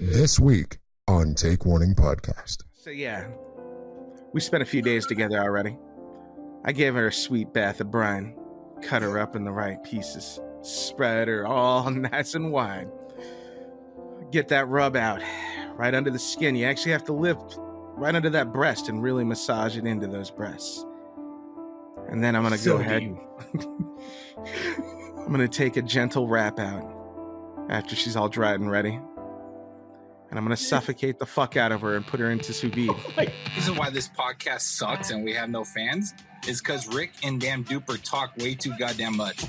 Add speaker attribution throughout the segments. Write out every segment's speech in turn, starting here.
Speaker 1: this week on Take Warning Podcast.
Speaker 2: So yeah, we spent a few days together already. I gave her a sweet bath of brine, cut her up in the right pieces, spread her all nice and wide. Get that rub out right under the skin. You actually have to lift right under that breast and really massage it into those breasts. And then I'm gonna
Speaker 3: So
Speaker 2: go ahead.
Speaker 3: deep.
Speaker 2: I'm gonna take a gentle wrap out after she's all dried and ready. And I'm gonna suffocate the fuck out of her and put her into sous vide.
Speaker 4: The reason why this podcast sucks and we have no fans is because Rick and Damn Duper talk way too goddamn much.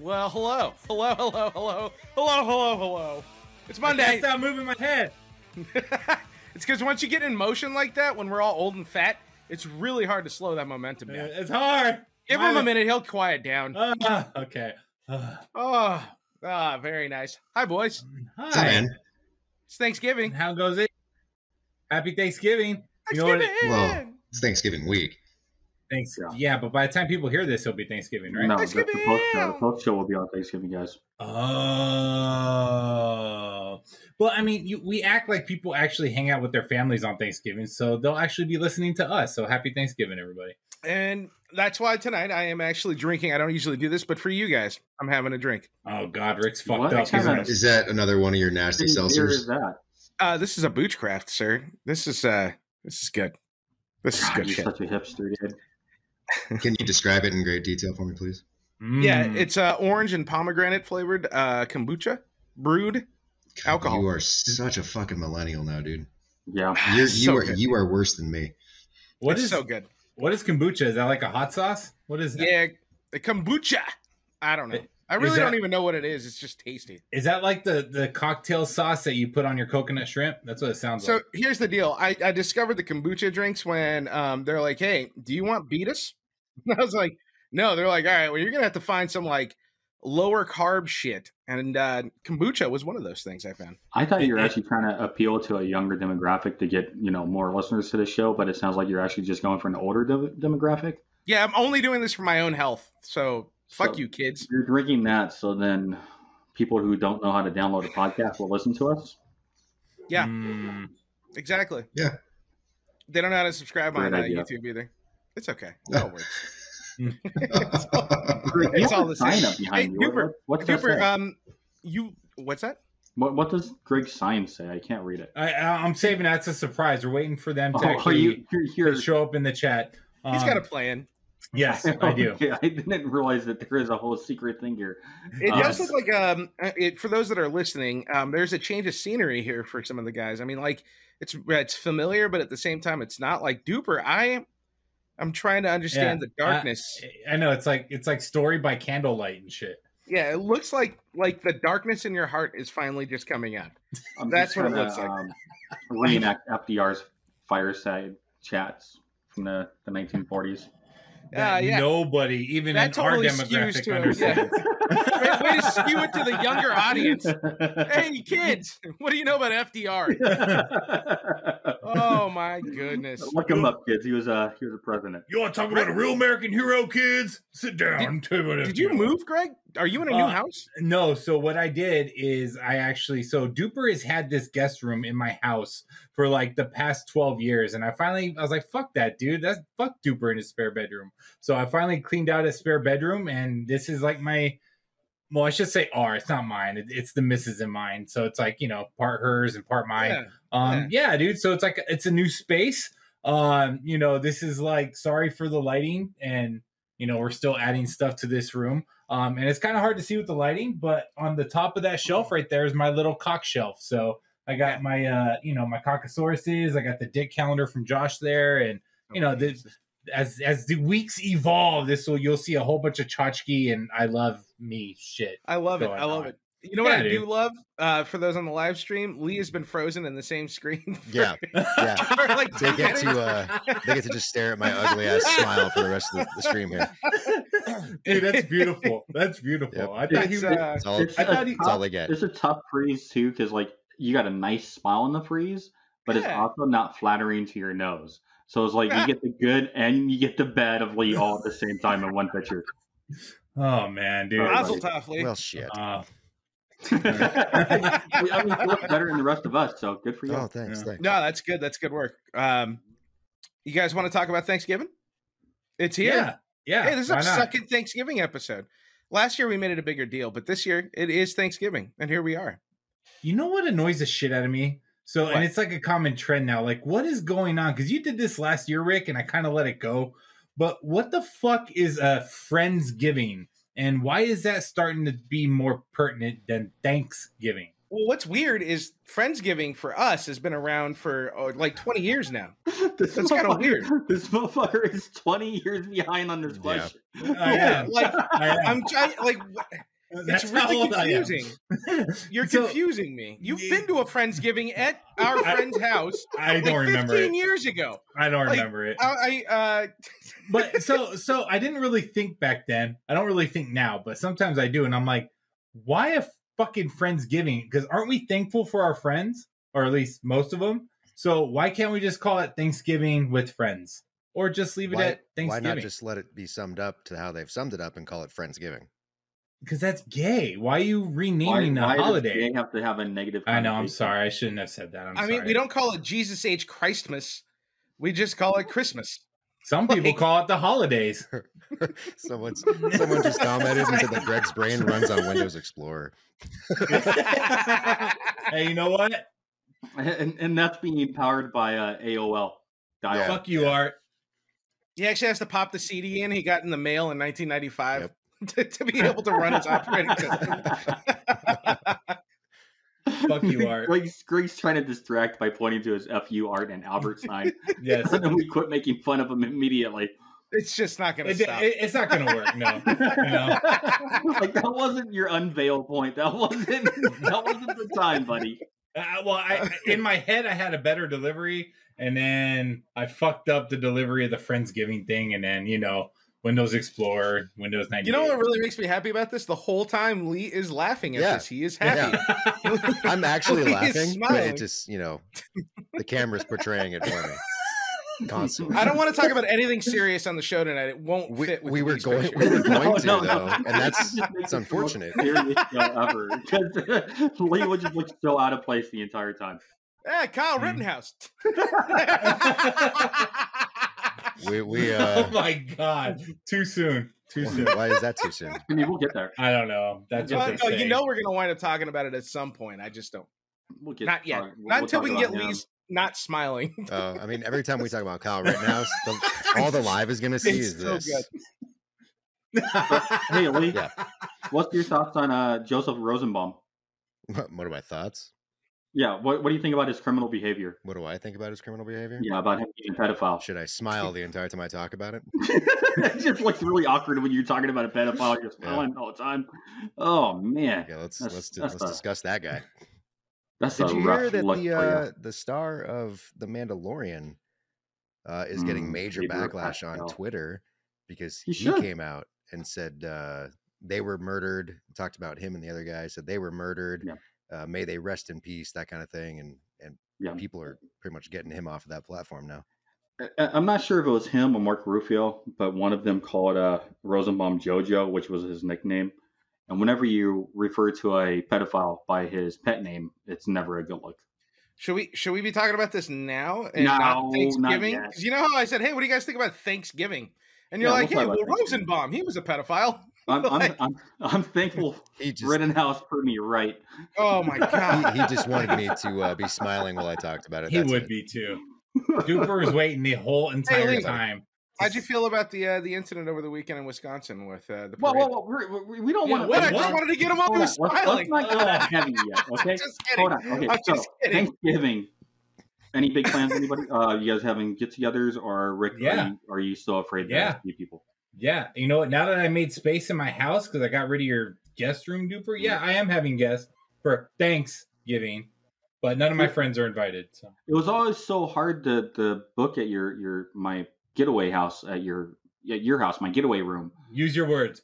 Speaker 5: Well, hello, hello, hello, hello, hello, hello, hello. It's
Speaker 3: I
Speaker 5: Monday.
Speaker 3: stop moving my head.
Speaker 5: it's because once you get in motion like that, when we're all old and fat, it's really hard to slow that momentum down.
Speaker 3: It's hard.
Speaker 5: Give him a minute; he'll quiet down.
Speaker 3: Ah, okay. Ah.
Speaker 5: Oh, ah, very nice. Hi, boys.
Speaker 3: hi.
Speaker 5: It's Thanksgiving.
Speaker 3: How goes it? Happy Thanksgiving. You know what-
Speaker 5: Thanksgiving.
Speaker 6: Well, It's Thanksgiving week.
Speaker 3: Thanks. Yeah, but by the time people hear this, it'll be Thanksgiving, right?
Speaker 7: No, the, the,
Speaker 5: Thanksgiving!
Speaker 7: post, no, the post show will be on Thanksgiving, guys.
Speaker 3: Oh. Well, I mean, you, we act like people actually hang out with their families on Thanksgiving, so they'll actually be listening to us. So happy Thanksgiving, everybody.
Speaker 5: and that's why tonight I am actually drinking. I don't usually do this, but for you guys, I'm having a drink.
Speaker 3: Oh God, Rick's fucked
Speaker 7: What?
Speaker 3: up.
Speaker 7: Come
Speaker 3: isn't
Speaker 7: on.
Speaker 3: it?
Speaker 6: Is that another one of your nasty
Speaker 7: How dear is
Speaker 6: seltzers?
Speaker 7: that?
Speaker 5: Uh, this is a Boochcraft, sir. This is uh, this is good. This is good
Speaker 7: You're
Speaker 5: shit.
Speaker 7: such a hipster, dude.
Speaker 6: Can you describe it in great detail for me, please?
Speaker 5: Yeah,
Speaker 3: Mm.
Speaker 5: it's uh, orange and pomegranate flavored uh, kombucha brewed.
Speaker 6: God,
Speaker 5: Alcohol.
Speaker 6: You are such a fucking millennial now, dude.
Speaker 7: Yeah.
Speaker 8: Ah,
Speaker 6: You're, you
Speaker 5: It's so
Speaker 6: are
Speaker 5: good.
Speaker 6: you are worse than me.
Speaker 3: what
Speaker 5: it's
Speaker 3: is
Speaker 5: so good?
Speaker 3: what is kombucha? Is that like a hot sauce? What is that?
Speaker 5: Yeah, the kombucha. I don't know. I
Speaker 3: Is
Speaker 5: really don't
Speaker 3: that-
Speaker 5: even know what it is. It's just tasty.
Speaker 3: Is that like the the cocktail sauce that you put on your coconut shrimp? That's what it sounds
Speaker 5: So
Speaker 3: like.
Speaker 5: here's the deal. I, I discovered the kombucha drinks when um, they're like, "Hey, do you want beetus?" And I was like, "No." They're like, "All right, well, you're gonna have to find some like lower carb shit." And uh, kombucha was one of those things I found.
Speaker 7: I thought you were
Speaker 3: It- it-
Speaker 7: actually trying to appeal to a younger demographic to get, you know, more listeners to the show, but it sounds like you're actually just going for an older de- demographic.
Speaker 5: Yeah, I'm only doing this for my own health. So fuck
Speaker 7: So-
Speaker 5: you, kids.
Speaker 7: You're drinking that, so then people who don't know how to download a podcast will listen to us.
Speaker 5: yeah.
Speaker 3: Mm.
Speaker 5: Exactly.
Speaker 6: Yeah.
Speaker 5: They don't know how to subscribe
Speaker 7: Great
Speaker 5: on uh,
Speaker 7: idea.
Speaker 5: YouTube either. It's okay. It all works.
Speaker 7: You
Speaker 5: It's
Speaker 7: have
Speaker 5: all
Speaker 7: a
Speaker 5: the
Speaker 7: sign
Speaker 5: same.
Speaker 7: up behind
Speaker 5: Hey,
Speaker 7: you. What-
Speaker 5: Duper,
Speaker 7: what, what's that
Speaker 5: Duper,
Speaker 7: say?
Speaker 5: um, you what's that?
Speaker 7: what, what does Greg's sign say? I can't read it.
Speaker 3: I, I- I'm saving that as a surprise. We're waiting for them to
Speaker 7: Oh,
Speaker 3: actually
Speaker 7: you, you're here.
Speaker 3: to show up in the chat.
Speaker 5: He's
Speaker 3: Um,
Speaker 5: got a plan.
Speaker 3: yes, I do.
Speaker 7: Okay, I didn't realize that there is a whole secret thing here.
Speaker 5: It
Speaker 3: yes.
Speaker 5: does look like um, uh, it, for those that are listening, um, there's a change of scenery here for some of the guys. I mean, like it's it's familiar, but at the same time, it's not like Duper. I I'm trying to understand the
Speaker 3: I-
Speaker 5: darkness.
Speaker 3: I know it's like it's like story by candlelight and shit.
Speaker 5: yeah, it looks like like the darkness in your heart is finally just coming out.
Speaker 7: I'm
Speaker 5: That's
Speaker 7: just
Speaker 5: what it
Speaker 7: trying
Speaker 5: looks
Speaker 7: to,
Speaker 5: like.
Speaker 7: Um, reenact FDR's fireside chats from the, the 1940s.
Speaker 3: That
Speaker 5: Ah, yeah.
Speaker 3: Nobody, even
Speaker 5: That
Speaker 3: in
Speaker 5: totally
Speaker 3: our demographic,
Speaker 5: skews to it,
Speaker 3: understands.
Speaker 5: Way, way to skew it to the younger audience. Hey, kids, what do you know about FDR? Oh my goodness.
Speaker 7: Look him up, kids. He was a he was a president.
Speaker 3: You want to talk about a real American hero, kids? Sit down.
Speaker 5: Did-
Speaker 3: I'm telling what
Speaker 5: Did
Speaker 3: it
Speaker 5: you
Speaker 3: is.
Speaker 5: move, Greg? Are you in a new
Speaker 3: Uh,
Speaker 5: house?
Speaker 3: No. So what I did is I actually so Duper has had this guest room in my house for like the past twelve years, and I finally I was like, "Fuck that, dude! That's fuck Duper in his spare bedroom." So I finally cleaned out his spare bedroom, and this is like my well, I should say R. It's not mine. It, it's the missus in mine. So it's like you know part hers and part mine.
Speaker 5: Yeah.
Speaker 3: Um, yeah. dude. So it's like it's a new space. Um, you know, this is like sorry for the lighting, and you know we're still adding stuff to this room. Um, and it's kind of hard to see with the lighting, but on the top of that shelf right there is my little cock shelf. So I got my uh, you know, my cockasauruses. I got the dick calendar from Josh there, and you know, the, as as the weeks evolve, this will you'll see a whole bunch of tchotchke and I love me shit.
Speaker 5: I love it.
Speaker 3: going
Speaker 5: I love
Speaker 3: on.
Speaker 5: it. You know
Speaker 3: Yeah,
Speaker 5: what I
Speaker 3: dude.
Speaker 5: do love? Uh, for those on the live stream, Lee has been frozen in the same screen. for-
Speaker 8: Yeah, yeah.
Speaker 5: for like
Speaker 8: They
Speaker 5: two
Speaker 8: get to
Speaker 5: minutes.
Speaker 8: uh, they get to just stare at my ugly ass smile for the rest of the, the stream here.
Speaker 3: Dude, that's beautiful. That's beautiful.
Speaker 8: Yep.
Speaker 3: I thought he
Speaker 5: It's,
Speaker 3: was.
Speaker 5: uh,
Speaker 8: That's all,
Speaker 3: I
Speaker 8: that's
Speaker 3: thought he.
Speaker 8: all they get.
Speaker 7: It's a tough freeze too, because like you got a nice smile in the freeze, but it's
Speaker 5: Yeah.
Speaker 7: also not flattering to your nose. So it's like you get the good and you get the bad of Lee all at the same time in one picture.
Speaker 3: Oh man, dude.
Speaker 7: Awesome.
Speaker 5: Mazel tov, Lee.
Speaker 8: Well, shit.
Speaker 3: Uh,
Speaker 7: I mean, you look better than the rest of us, so good for you.
Speaker 8: Oh, thanks,
Speaker 3: Yeah.
Speaker 8: thanks.
Speaker 5: No, that's good. That's good work. Um, you guys want to talk about Thanksgiving? It's here.
Speaker 3: yeah, yeah.
Speaker 5: Hey, this is
Speaker 3: why
Speaker 5: our
Speaker 3: not?
Speaker 5: second Thanksgiving episode. Last year we made it a bigger deal, but this year it is Thanksgiving, and here we are.
Speaker 3: You know what annoys the shit out of me? So,
Speaker 5: What?
Speaker 3: and it's like a common trend now. Like, what is going on? Because you did this last year, Rick, and I kind of let it go. But what the fuck is a friendsgiving, and why is that starting to be more pertinent than Thanksgiving?
Speaker 5: Well, what's weird is Friendsgiving for us has been around for oh, like 20 years now.
Speaker 7: This
Speaker 5: That's kinda
Speaker 7: motherfucker-
Speaker 5: weird.
Speaker 7: This motherfucker is 20 years behind on this
Speaker 8: Yeah.
Speaker 7: question.
Speaker 3: I am.
Speaker 5: Like
Speaker 3: I am.
Speaker 5: I'm trying, like wh-
Speaker 3: Uh, That's
Speaker 5: it's
Speaker 3: how
Speaker 5: really
Speaker 3: old I am.
Speaker 5: confusing. You're
Speaker 3: So-
Speaker 5: confusing me. You've
Speaker 3: Yeah.
Speaker 5: been to a Friendsgiving at our
Speaker 3: I-
Speaker 5: friend's house.
Speaker 3: I don't
Speaker 5: like
Speaker 3: remember
Speaker 5: 15
Speaker 3: it.
Speaker 5: years ago.
Speaker 3: I don't
Speaker 5: like,
Speaker 3: remember it.
Speaker 5: I, I uh,
Speaker 3: but so so I didn't really think back then. I don't really think now, but sometimes I do, and I'm like, why a fucking friendsgiving? Because aren't we thankful for our friends, or at least most of them? So why can't we just call it Thanksgiving with friends, or just leave it
Speaker 8: Why,
Speaker 3: at
Speaker 8: why
Speaker 3: Thanksgiving?
Speaker 8: not just let it be summed up to how they've summed it up and call it Friendsgiving?
Speaker 3: Because that's gay. Why are you
Speaker 7: Why,
Speaker 3: renaming
Speaker 7: why
Speaker 3: a
Speaker 7: does
Speaker 3: holiday?
Speaker 7: gay have to have a negative.
Speaker 3: I know. I'm
Speaker 7: connotation?
Speaker 3: sorry. I shouldn't have said that. I'm
Speaker 5: i mean,
Speaker 3: sorry.
Speaker 5: we don't call it Jesus H Christmas. We just call it Christmas.
Speaker 3: Some people
Speaker 5: like-
Speaker 3: call it the holidays.
Speaker 8: Someone's someone just commented and said that Greg's brain runs on Windows Explorer.
Speaker 3: Hey, you know what?
Speaker 7: And, and that's being powered by uh, AOL. Dial.
Speaker 3: Fuck you, Art.
Speaker 5: He actually has to pop the CD in he got in the mail in 1995 to, to be able to run its operating system.
Speaker 3: Fuck you, Art.
Speaker 7: Like Greg's trying to distract by pointing to his "fu Art" and Albert sign,
Speaker 3: Yes.
Speaker 7: and then we quit making fun of him immediately.
Speaker 5: It's just not going to
Speaker 3: It-
Speaker 5: stop.
Speaker 3: it- it's not gonna work. No. know?
Speaker 7: like that wasn't your unveil point. That wasn't that wasn't the time, buddy.
Speaker 3: Uh, well, I, I- in my head, I had a better delivery, and then I fucked up the delivery of the Friendsgiving thing, and then you know, Windows Explorer, Windows ninety.
Speaker 5: you know what really makes me happy about this? The whole time Lee is laughing at
Speaker 8: Yeah.
Speaker 5: this. He is happy.
Speaker 8: I'm actually
Speaker 5: He's
Speaker 8: laughing, but
Speaker 5: smiling.
Speaker 8: it just you know, the camera's portraying it for me constantly.
Speaker 5: I don't want to talk about anything serious on the show tonight. It won't
Speaker 8: We,
Speaker 5: fit. With
Speaker 8: we were
Speaker 5: Lee's
Speaker 8: going
Speaker 5: picture.
Speaker 8: we were going to
Speaker 7: No, no,
Speaker 8: though,
Speaker 7: no.
Speaker 8: and that's it's unfortunate.
Speaker 7: Serious show ever because Lee would just look so out of place the entire time.
Speaker 5: Yeah, Eh, Kyle
Speaker 3: Mhm.
Speaker 8: Hmm.
Speaker 5: Rittenhouse.
Speaker 8: We we uh
Speaker 3: oh my god! Too soon. Too soon.
Speaker 8: why is that too soon?
Speaker 7: I mean, we'll get there.
Speaker 3: I don't know. That's what
Speaker 5: Well,
Speaker 3: they
Speaker 5: no,
Speaker 3: say.
Speaker 5: you know we're going to wind up talking about it at some point. I just don't.
Speaker 7: We'll get
Speaker 5: Not yet.
Speaker 7: all right, we'll-
Speaker 5: Not
Speaker 7: we'll
Speaker 5: until we can
Speaker 7: talk
Speaker 5: get
Speaker 7: about him.
Speaker 5: Lee's not smiling.
Speaker 8: Uh, I mean, every time we talk about Kyle Rittenhouse, the, all the live is gonna see
Speaker 5: It's
Speaker 8: is
Speaker 5: so
Speaker 8: this.
Speaker 5: good.
Speaker 7: Hey, Lee,
Speaker 8: Yeah.
Speaker 7: what's your thoughts on uh, Joseph Rosenbaum?
Speaker 8: What, what are my thoughts?
Speaker 7: Yeah, what, what do you think about his criminal behavior?
Speaker 8: What do I think about his criminal behavior?
Speaker 7: Yeah, about him being a pedophile.
Speaker 8: Should I smile the entire time I talk about it?
Speaker 7: it just looks really awkward when you're talking about a pedophile. You're smiling all the time. Oh man,
Speaker 8: Yeah, let's
Speaker 7: That's-
Speaker 8: let's
Speaker 7: that's
Speaker 8: let's
Speaker 7: a-
Speaker 8: discuss that guy.
Speaker 7: that's
Speaker 8: Did
Speaker 7: a
Speaker 8: you
Speaker 7: rough
Speaker 8: hear that
Speaker 7: look
Speaker 8: the
Speaker 7: for ya.
Speaker 8: uh, the star of the Mandalorian uh, is getting
Speaker 7: Mm,
Speaker 8: major
Speaker 7: maybe we're
Speaker 8: backlash
Speaker 7: crashing
Speaker 8: on
Speaker 7: out.
Speaker 8: Twitter because
Speaker 7: He
Speaker 8: he,
Speaker 7: should.
Speaker 8: came out and said uh, they were murdered. Talked about him and the other guy said they were murdered.
Speaker 7: Yeah.
Speaker 8: Uh, may they rest in peace, that kind of thing, and and
Speaker 7: Yeah.
Speaker 8: people are pretty much getting him off of that platform now.
Speaker 7: I- I'm not sure if it was him or Mark Rufio, but one of them called uh, Rosenbaum JoJo, which was his nickname. And whenever you refer to a pedophile by his pet name, it's never a good look.
Speaker 5: Should we should we be talking about this now and
Speaker 7: No,
Speaker 5: not
Speaker 7: not
Speaker 5: Thanksgiving?
Speaker 7: yet.
Speaker 5: Because you know how I said, "Hey, what do you guys think about Thanksgiving?" And you're
Speaker 7: Yeah,
Speaker 5: like,
Speaker 7: we'll
Speaker 5: "Hey,
Speaker 7: talk
Speaker 5: well,
Speaker 7: about Thanksgiving.
Speaker 5: Rosenbaum, he was a pedophile."
Speaker 7: I'm I'm,
Speaker 5: Like-
Speaker 7: I'm, I'm thankful
Speaker 8: He just
Speaker 7: Rittenhouse put me right.
Speaker 5: Oh my god!
Speaker 8: he, he just wanted me to uh, be smiling while I talked about it.
Speaker 3: he
Speaker 8: that's
Speaker 3: would
Speaker 8: it.
Speaker 3: be too. Duper was waiting the whole entire
Speaker 5: Lee.
Speaker 3: time.
Speaker 5: How'd you feel about the uh, the incident over the weekend in Wisconsin with uh, the
Speaker 7: Whoa,
Speaker 5: parade?
Speaker 7: whoa, whoa! We're, we- we don't
Speaker 3: Yeah,
Speaker 7: want
Speaker 5: What? I
Speaker 3: Wait,
Speaker 5: just
Speaker 3: what?
Speaker 5: wanted to get him all he was
Speaker 7: Let's, let's
Speaker 5: smiling.
Speaker 7: not go that heavy yet, okay?
Speaker 5: Just kidding.
Speaker 7: Hold on. Okay,
Speaker 5: I'm
Speaker 7: so
Speaker 5: just kidding.
Speaker 7: Thanksgiving. Any big plans, anybody? Uh, you guys having get-togethers, or Rick?
Speaker 3: Yeah.
Speaker 7: Are you, are you still afraid to
Speaker 3: Yeah.
Speaker 7: see people?
Speaker 3: Yeah, you know what? Now that I made space in my house because I got rid of your guest room duper,
Speaker 5: Mm.
Speaker 3: yeah, I am having guests for Thanksgiving, but none of
Speaker 5: Mm.
Speaker 3: my friends are invited. So
Speaker 7: It was always so hard to, to book at your, your my getaway house at your at your house, my getaway room,
Speaker 3: use your words.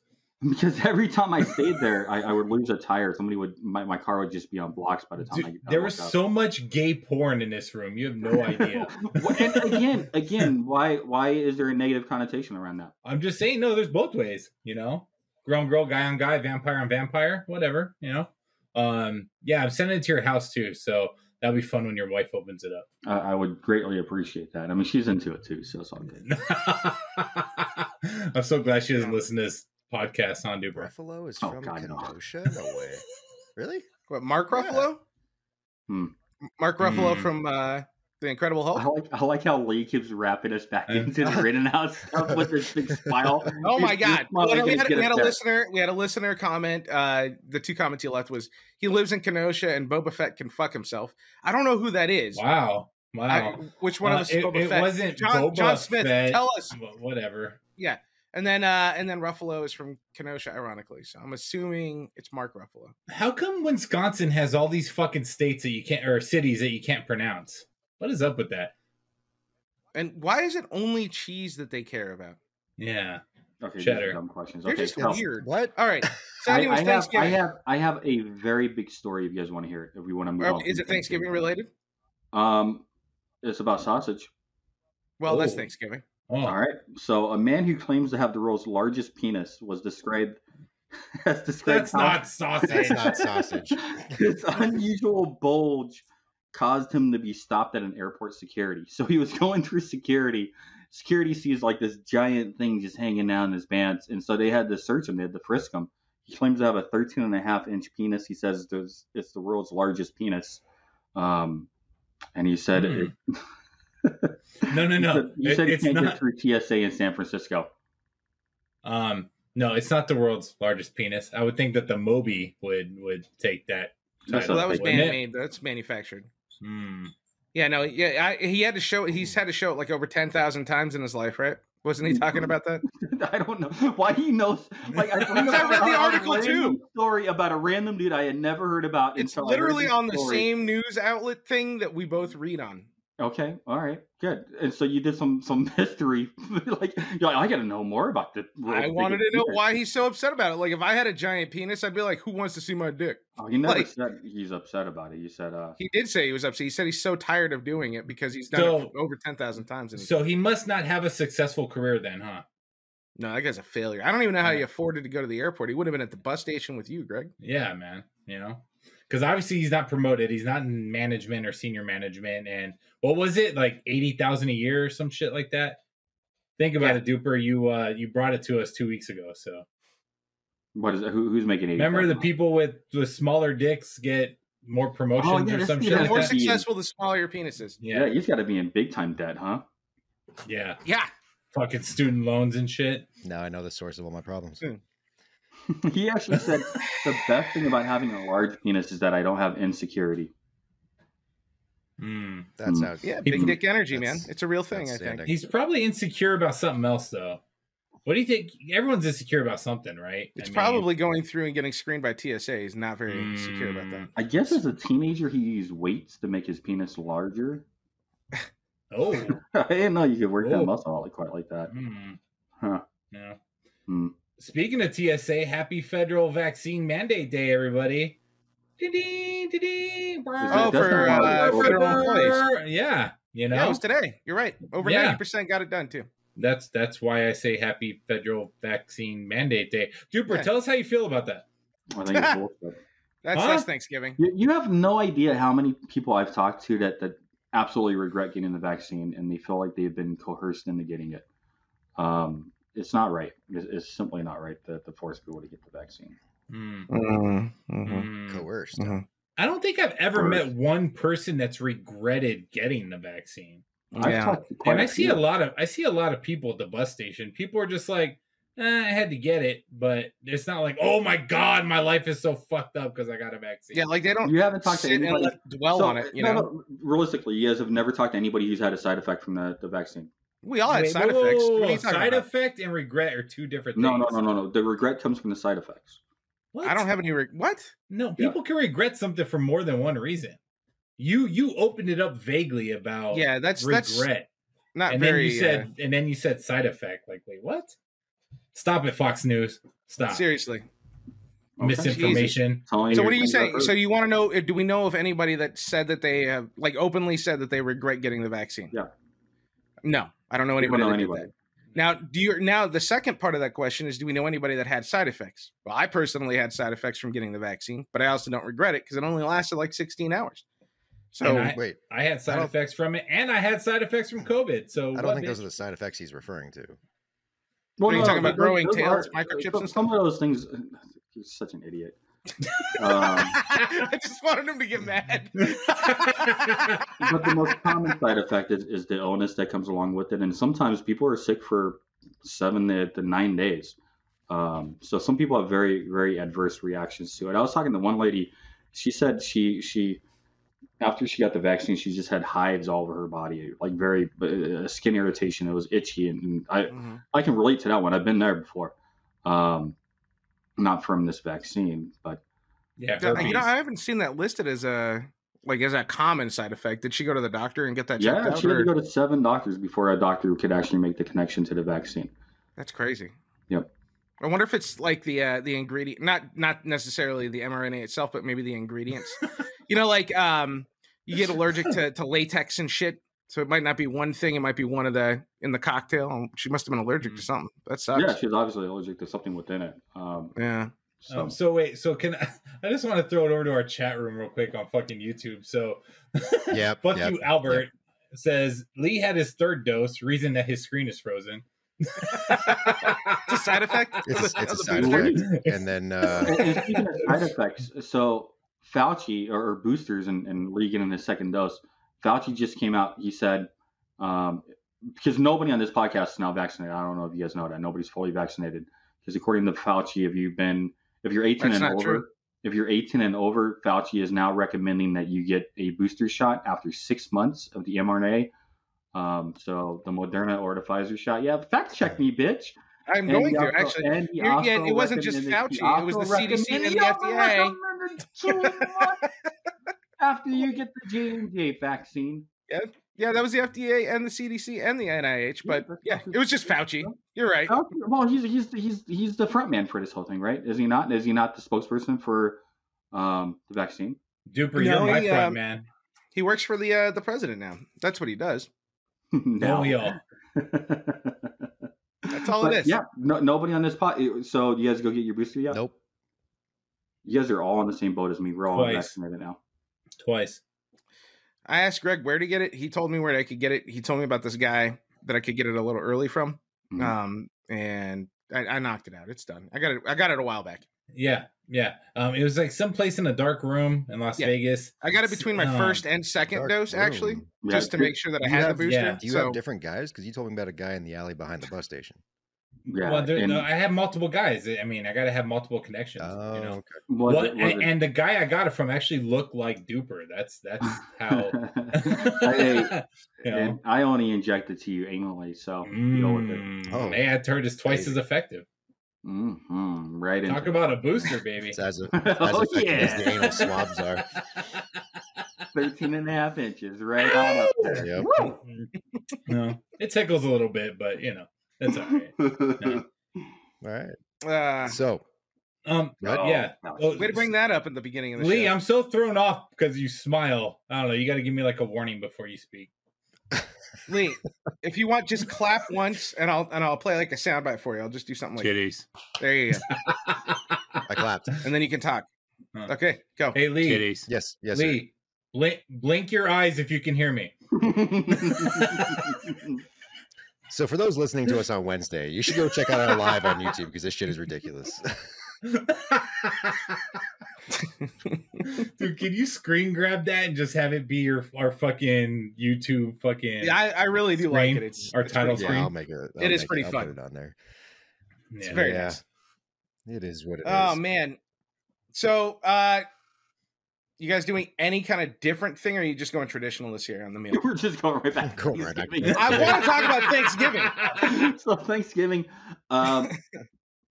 Speaker 7: because every time I stayed there, I, I would lose a tire. Somebody would my, my car would just be on blocks by the time I
Speaker 3: Dude,
Speaker 7: got
Speaker 3: there
Speaker 7: back
Speaker 3: was
Speaker 7: up.
Speaker 3: so much gay porn in this room. You have no idea.
Speaker 7: Wha- and again, again, why why is there a negative connotation around that?
Speaker 3: I'm just saying, no, there's both ways, you know, girl on girl, guy on guy, vampire on vampire, whatever, you know. Um, yeah, I'm sending it to your house too, so that'll be fun when your wife opens it
Speaker 7: I, I would greatly appreciate that. I mean, she's into it too, so it's all good.
Speaker 3: up. I'm so glad she doesn't listen to this podcast on Duper.
Speaker 8: Ruffalo is
Speaker 7: Oh,
Speaker 8: from
Speaker 7: God, no.
Speaker 8: Kenosha? No way. Really?
Speaker 5: What Mark
Speaker 8: Yeah.
Speaker 5: Ruffalo?
Speaker 7: Hmm.
Speaker 5: Mark Ruffalo
Speaker 7: Hmm.
Speaker 5: from uh, the Incredible
Speaker 7: I
Speaker 5: Hulk.
Speaker 7: like, I like how Lee keeps wrapping us back
Speaker 3: Yeah.
Speaker 7: into the in and out stuff with this big smile.
Speaker 5: Oh my
Speaker 7: He's- he's
Speaker 5: God!
Speaker 7: smiling
Speaker 5: Well,
Speaker 7: like
Speaker 5: we
Speaker 7: he's
Speaker 5: had, we
Speaker 7: gonna
Speaker 5: had a
Speaker 7: tear.
Speaker 5: listener. We had a listener comment. Uh, the two comments he left was he lives in Kenosha and Boba Fett can fuck himself. I don't know who that is.
Speaker 3: Wow, wow.
Speaker 5: I- which one of
Speaker 3: Uh,
Speaker 5: us?
Speaker 3: it,
Speaker 5: is Boba
Speaker 3: it
Speaker 5: Fett?
Speaker 3: wasn't
Speaker 5: John,
Speaker 3: Boba
Speaker 5: John Smith.
Speaker 3: Fett.
Speaker 5: Tell us.
Speaker 3: Wh- whatever.
Speaker 5: And then uh, and then Ruffalo is from Kenosha, ironically. So I'm assuming it's Mark Ruffalo.
Speaker 3: How come Wisconsin has all these fucking states that you can't or cities that you can't pronounce? What is up with that?
Speaker 5: And why is it only cheese that they care about?
Speaker 3: Yeah.
Speaker 7: Okay, these
Speaker 3: Cheddar.
Speaker 7: are dumb questions.
Speaker 5: They're
Speaker 7: Okay,
Speaker 5: just
Speaker 7: so
Speaker 5: weird.
Speaker 8: What?
Speaker 5: All right. So
Speaker 7: I,
Speaker 5: anyways,
Speaker 7: I have, I
Speaker 5: Thanksgiving.
Speaker 7: have, I have a very big story. If you guys want to hear it, if we want to move
Speaker 5: Or
Speaker 7: on.
Speaker 5: is
Speaker 7: from
Speaker 5: it Thanksgiving related?
Speaker 7: Um, it's about sausage.
Speaker 5: Well, that's
Speaker 3: Oh.
Speaker 5: Thanksgiving.
Speaker 3: Oh,
Speaker 7: All right. So, a man who claims to have the world's largest penis was described as described.
Speaker 3: that's
Speaker 7: how-
Speaker 3: not sausage.
Speaker 8: That's not sausage.
Speaker 7: His unusual bulge caused him to be stopped at an airport security. So he was going through security. Security sees like this giant thing just hanging down in his pants. And so they had to search him, they had to frisk him. He claims to have a 13 and a half inch penis. He says there's- it's the world's largest penis. Um, and he said,
Speaker 3: Hmm. No, no,
Speaker 7: He
Speaker 3: no.
Speaker 7: said- He
Speaker 3: It-
Speaker 7: said he
Speaker 3: it's
Speaker 7: can't
Speaker 3: not-
Speaker 7: get through TSA in San Francisco.
Speaker 3: Um, no, it's not the world's largest penis. I would think that the Moby would would take that.
Speaker 7: That's
Speaker 5: Well,
Speaker 3: title,
Speaker 7: not
Speaker 5: that was
Speaker 3: wouldn't it?
Speaker 5: man made. That's manufactured.
Speaker 3: Hmm.
Speaker 5: Yeah, no, yeah, I, he had to show.
Speaker 7: Hmm.
Speaker 5: He's had to show it like over ten thousand times in his life, right? Wasn't he talking about that?
Speaker 7: I don't know why he knows. Like I,
Speaker 3: Because I read
Speaker 5: the
Speaker 7: a
Speaker 5: article, too.
Speaker 7: random Story about a random dude I had never heard about.
Speaker 5: It's
Speaker 7: until I heard
Speaker 5: literally
Speaker 7: this
Speaker 5: on the
Speaker 7: story.
Speaker 5: same news outlet thing that we both read on.
Speaker 7: Okay, all right, good. And so you did some some mystery. like, you're like, I got to know more about the.
Speaker 5: I wanted to know why he's so upset about it. Like, if I had a giant penis, I'd be like, "Who wants to see my dick?"
Speaker 7: Oh, you never
Speaker 5: like-
Speaker 7: said he's upset about it. You said, uh,
Speaker 5: He did say he was upset. He said he's so tired of doing it because he's done
Speaker 3: So-
Speaker 5: it over ten thousand times. And he's
Speaker 3: So he must not have a successful career then, huh?
Speaker 5: no, that guy's a failure. I don't even know how he
Speaker 3: Yeah.
Speaker 5: afforded to go to the airport. He would have been at the bus station with you, Greg.
Speaker 3: Yeah, man. You know, because obviously he's not promoted. He's not in management or senior management. And what was it like eighty thousand a year or some shit like that? Think about
Speaker 5: Yeah.
Speaker 3: it, Duper. You uh you brought it to us two weeks ago. So
Speaker 7: what is it? Who, who's making it?
Speaker 3: remember, the people with the smaller dicks get more promotions
Speaker 7: yeah,
Speaker 3: or
Speaker 7: that's
Speaker 3: some
Speaker 7: the-
Speaker 3: shit
Speaker 7: yeah,
Speaker 5: The
Speaker 3: like
Speaker 5: more
Speaker 7: that's
Speaker 3: that.
Speaker 7: the-
Speaker 5: successful, the smaller your penis is.
Speaker 7: Yeah,
Speaker 3: Yeah,
Speaker 7: you've got to be in big time debt, huh?
Speaker 3: yeah.
Speaker 5: Yeah,
Speaker 3: Fucking student loans and shit.
Speaker 8: Now I know the source of all my problems.
Speaker 7: Mm. he actually said the best thing about having a large penis is that I don't have insecurity.
Speaker 3: Hmm.
Speaker 8: That
Speaker 7: Mm.
Speaker 8: sounds
Speaker 5: yeah.
Speaker 8: yeah.
Speaker 5: Big
Speaker 7: People-
Speaker 5: dick energy, man.
Speaker 8: That's-
Speaker 5: It's a real thing. I think.
Speaker 8: outstanding.
Speaker 3: He's probably insecure about something else, though. What do you think? Everyone's insecure about something, right? I
Speaker 5: It's
Speaker 3: mean,
Speaker 5: probably going through and getting screened by TSA. He's not very secure about that.
Speaker 3: Mm.
Speaker 7: I guess as a teenager, he used weights to make his penis larger.
Speaker 3: Oh,
Speaker 7: I didn't know you could work
Speaker 3: Ooh.
Speaker 7: that muscle out like quite like that.
Speaker 3: hmm.
Speaker 7: Huh.
Speaker 3: Yeah.
Speaker 7: Hmm.
Speaker 3: Speaking of TSA, happy federal vaccine mandate day, everybody! Ding, ding, ding,
Speaker 5: Oh,
Speaker 7: that's
Speaker 5: for
Speaker 7: not
Speaker 5: uh,
Speaker 7: what it
Speaker 5: federal
Speaker 7: was.
Speaker 5: employees.
Speaker 3: yeah, you know
Speaker 5: Yeah, it was today. You're right. Over
Speaker 3: Yeah.
Speaker 5: ninety percent got it done too.
Speaker 3: that's that's why I say happy federal vaccine mandate day. Duper,
Speaker 5: Yeah.
Speaker 3: tell us how you feel about that.
Speaker 7: I think it's bullshit.
Speaker 5: That's
Speaker 3: Huh?
Speaker 5: that's Thanksgiving.
Speaker 7: You, you have no idea how many people I've talked to that, that absolutely regret getting the vaccine and they feel like they've been coerced into getting it. Um, it's not right. It's, it's simply not right that the force people to get the vaccine.
Speaker 5: Mm-hmm.
Speaker 3: Hmm. Hmm.
Speaker 8: Coerced.
Speaker 5: Mhm.
Speaker 3: I don't think I've ever
Speaker 7: Coerced.
Speaker 3: met one person that's regretted getting the vaccine.
Speaker 7: I've
Speaker 5: Yeah.
Speaker 7: talked to quite
Speaker 3: and I
Speaker 7: a
Speaker 3: see
Speaker 7: few.
Speaker 3: a lot of I see a lot of people at the bus station. People are just like, eh, I had to get it, but it's not like, oh my god, my life is so fucked up because I got a vaccine.
Speaker 5: Yeah, like they don't
Speaker 7: You haven't talked to
Speaker 5: sit and
Speaker 7: anybody.
Speaker 5: let dwell
Speaker 7: So,
Speaker 5: on it. You
Speaker 7: no,
Speaker 5: know,
Speaker 7: no, realistically, you guys have never talked to anybody who's had a side effect from the, the vaccine.
Speaker 5: We all had
Speaker 3: Wait,
Speaker 5: side
Speaker 3: whoa, whoa,
Speaker 5: effects.
Speaker 3: whoa,
Speaker 5: What are
Speaker 3: whoa.
Speaker 5: you talking
Speaker 3: Side
Speaker 5: about?
Speaker 3: effect and regret are two different things.
Speaker 7: No, no, no, no, no. The regret comes from the side effects.
Speaker 3: What?
Speaker 5: I don't have any. Re- what?
Speaker 3: No,
Speaker 7: Yeah.
Speaker 3: people can regret something for more than one reason. You you opened it up vaguely about
Speaker 5: yeah, that's
Speaker 3: Oh, regret,
Speaker 5: that's not
Speaker 3: and
Speaker 5: very. uh,
Speaker 3: then you said and then you said side effect. Like, wait, what? Stop it, Fox News.
Speaker 5: uh,
Speaker 3: Stop
Speaker 5: seriously. Oh,
Speaker 3: misinformation.
Speaker 7: Telling
Speaker 5: So what do you
Speaker 7: things I've
Speaker 5: say? So
Speaker 7: heard.
Speaker 5: you want to know? uh, Do we know of anybody that said that they have like openly said that they regret getting the vaccine?
Speaker 7: Yeah.
Speaker 5: No, I don't know
Speaker 7: We don't
Speaker 5: anybody.
Speaker 7: know
Speaker 5: that did
Speaker 7: anybody.
Speaker 5: that. Now, do you? Now, the second part of that question is: Do we know anybody that had side effects? Well, I personally had side effects from getting the vaccine, but I also don't regret it because it only lasted like 16 hours. So
Speaker 3: And I-
Speaker 8: Wait,
Speaker 3: I had side
Speaker 8: don't-
Speaker 3: effects from it, and I had side effects from COVID. So
Speaker 8: I
Speaker 3: what,
Speaker 8: don't think those
Speaker 3: bitch?
Speaker 8: are the side effects he's referring to.
Speaker 7: Well,
Speaker 5: Are you
Speaker 7: no,
Speaker 5: talking
Speaker 7: no,
Speaker 5: about
Speaker 7: those-
Speaker 5: growing
Speaker 7: those
Speaker 5: tails,
Speaker 7: are-
Speaker 5: microchips
Speaker 7: some-
Speaker 5: and
Speaker 7: Some of those things. You're such an idiot. um,
Speaker 5: I just wanted him to get mad.
Speaker 3: Mm-hmm.
Speaker 7: but the most common side effect is, is the illness that comes along with it, and sometimes people are sick for seven to, to nine days. Um, so some people have very very adverse reactions to it. I was talking to one lady. She said she she after she got the vaccine, she just had hives all over her body, like very uh, skin irritation. It was itchy, and, and I
Speaker 5: Mhm.
Speaker 7: I can relate to that one. I've been there before. Um, not from this vaccine, but
Speaker 3: yeah,
Speaker 5: Yeah, You
Speaker 3: herpes.
Speaker 5: know, I haven't seen that listed as a like as a common side effect. Did she go to the doctor and get that checked
Speaker 7: yeah,
Speaker 5: out?
Speaker 7: she had to
Speaker 5: or-
Speaker 7: go to seven doctors before a doctor could actually make the connection to the vaccine.
Speaker 5: That's crazy.
Speaker 7: Yep.
Speaker 5: I wonder if it's like the uh, the ingredient, not not necessarily the mRNA itself, but maybe the ingredients. you know, like um, you get allergic to, to latex and shit, so it might not be one thing; it might be one of the in the cocktail. Um, She must have been allergic
Speaker 3: Mhm.
Speaker 5: to something. That sucks.
Speaker 7: Mm-hmm. Yeah, she's obviously allergic to something within it. Um,
Speaker 5: yeah.
Speaker 7: so,
Speaker 3: Um, so wait, so can I, I just want to throw it over to our chat room real quick on fucking YouTube. So
Speaker 8: Yep,
Speaker 3: fuck
Speaker 8: yep,
Speaker 3: you, Albert says Lee had his third dose. Reason that his screen is frozen.
Speaker 5: It's a side effect.
Speaker 8: It's a, it's a side
Speaker 7: booster?
Speaker 8: effect. And then uh,
Speaker 7: and, and speaking of side effects, so Fauci or, or boosters and, and Lee getting his second dose, Fauci just came out. He said, um, because nobody on this podcast is now vaccinated. I don't know if you guys know that nobody's fully vaccinated. Because according to Fauci, if you've been, if you're 18
Speaker 5: That's
Speaker 7: and
Speaker 5: not
Speaker 7: over,
Speaker 5: true.
Speaker 7: if you're 18 and over, Fauci is now recommending that you get a booster shot after six months of the mRNA. Um, so the Moderna or the Pfizer shot. Yeah, fact check me, bitch.
Speaker 5: I'm
Speaker 7: And
Speaker 5: going
Speaker 7: he
Speaker 5: to
Speaker 7: also-
Speaker 5: actually.
Speaker 7: and he
Speaker 5: You're- yeah,
Speaker 7: also
Speaker 5: it wasn't just
Speaker 7: recommended- he
Speaker 5: Fauci, it was
Speaker 7: also
Speaker 5: the CDC and
Speaker 7: recommended-
Speaker 5: the
Speaker 7: he also
Speaker 5: FDA.
Speaker 7: recommended two months after you get the J and J vaccine.
Speaker 5: Yeah, that was the FDA and the CDC and the NIH, but
Speaker 7: that's
Speaker 5: yeah,
Speaker 7: Fauci's
Speaker 5: it was just
Speaker 7: decision,
Speaker 5: Fauci. You're right.
Speaker 7: Fauci- Well, he's he's he's he's the front man for this whole thing, right? Is he not? Is he not the spokesperson for um, the vaccine?
Speaker 3: Duper,
Speaker 5: No,
Speaker 3: you're my
Speaker 5: he,
Speaker 3: front
Speaker 5: um,
Speaker 3: man.
Speaker 5: He works for the uh, the president now. That's what he does.
Speaker 3: Don't we all?
Speaker 7: That's
Speaker 5: all it is.
Speaker 7: Yeah, no, nobody on this pot. So you guys go get your booster yet?
Speaker 8: nope.
Speaker 7: You guys are all on the same boat as me. We're all
Speaker 3: Twice.
Speaker 7: vaccinated now.
Speaker 3: Twice.
Speaker 5: I asked Greg where to get it. He told me where I could get it. He told me about this guy that I could get it a little early from.
Speaker 7: Mhm.
Speaker 5: Um, and I, I knocked it out. It's done. I got it. I got it a while back.
Speaker 3: Yeah, yeah. Um, it was like someplace in a dark room in Las
Speaker 5: Yeah.
Speaker 3: Vegas.
Speaker 5: I got it between my
Speaker 3: Um,
Speaker 5: first and second
Speaker 8: Dark
Speaker 5: dose, actually,
Speaker 8: room.
Speaker 7: Yeah,
Speaker 5: just to
Speaker 7: good-
Speaker 5: make sure that I
Speaker 8: You
Speaker 5: had
Speaker 8: have-
Speaker 5: the booster.
Speaker 3: yeah.
Speaker 8: Do you
Speaker 5: so
Speaker 8: have different guys? Because you told me about a guy in the alley behind the bus station.
Speaker 7: Yeah,
Speaker 3: well, there,
Speaker 7: and-
Speaker 3: no, I have multiple guys. I mean, I got to have multiple connections.
Speaker 8: Oh,
Speaker 3: you know?
Speaker 8: okay.
Speaker 7: Was
Speaker 3: Well,
Speaker 7: it-
Speaker 3: and,
Speaker 7: was it-
Speaker 3: and the guy I got it from actually looked like Duper. That's that's how.
Speaker 7: Hey,
Speaker 3: you
Speaker 7: and
Speaker 3: know?
Speaker 7: I only inject it to you anally, so deal with it.
Speaker 3: Mm,
Speaker 8: Oh.
Speaker 3: hey, that turd is twice as effective.
Speaker 7: hmm Right
Speaker 3: Mm. Talk
Speaker 7: into
Speaker 3: about a booster, baby.
Speaker 8: It's as a,
Speaker 7: it.
Speaker 8: as
Speaker 7: oh
Speaker 8: effective as the
Speaker 7: yeah,
Speaker 8: anal swabs are.
Speaker 7: 13 and a half inches, right on up there.
Speaker 8: Yep.
Speaker 7: Woo!
Speaker 3: no, Mm. it tickles a little bit, but you know that's all right. No.
Speaker 8: All right.
Speaker 5: uh,
Speaker 8: So
Speaker 3: Um,
Speaker 8: Right.
Speaker 3: yeah.
Speaker 7: No,
Speaker 3: Oh,
Speaker 5: way to bring that up at the beginning of the
Speaker 3: Lee,
Speaker 5: show.
Speaker 3: I'm so thrown off because you smile. I don't know. You got to give me like a warning before you speak.
Speaker 5: Lee, if you want, just clap once, and I'll and I'll play like a soundbite for you. I'll just do something like
Speaker 9: Titties.
Speaker 5: there you go,
Speaker 8: I clapped.
Speaker 5: and then you can talk.
Speaker 3: Huh.
Speaker 5: Okay, go.
Speaker 3: Hey, Lee.
Speaker 9: Titties.
Speaker 8: Yes. Yes. sir.
Speaker 3: Lee, blink, blink your eyes if you can hear me.
Speaker 8: So for those listening to us on Wednesday, you should go check out our live on YouTube because this shit is ridiculous.
Speaker 3: Dude, can you screen grab that and just have it be your our fucking YouTube fucking
Speaker 5: Yeah, I, I really do like it.
Speaker 3: Screen,
Speaker 5: It's
Speaker 3: our
Speaker 5: it's pretty
Speaker 3: title
Speaker 5: good.
Speaker 3: screen.
Speaker 8: yeah, I'll make it. I'll
Speaker 5: It is
Speaker 8: make
Speaker 5: pretty
Speaker 8: I'll
Speaker 5: fun.
Speaker 8: Put it on there.
Speaker 5: It's
Speaker 3: Yeah.
Speaker 5: very
Speaker 8: Yeah.
Speaker 5: nice.
Speaker 8: It is what it is.
Speaker 5: Oh man. So uh you guys doing any kind of different thing, or are you just going traditional this year on the meal?
Speaker 7: We're just going right back. to
Speaker 8: Go right back to
Speaker 7: Thanksgiving.
Speaker 5: I want to talk about Thanksgiving.
Speaker 7: so Thanksgiving. Um,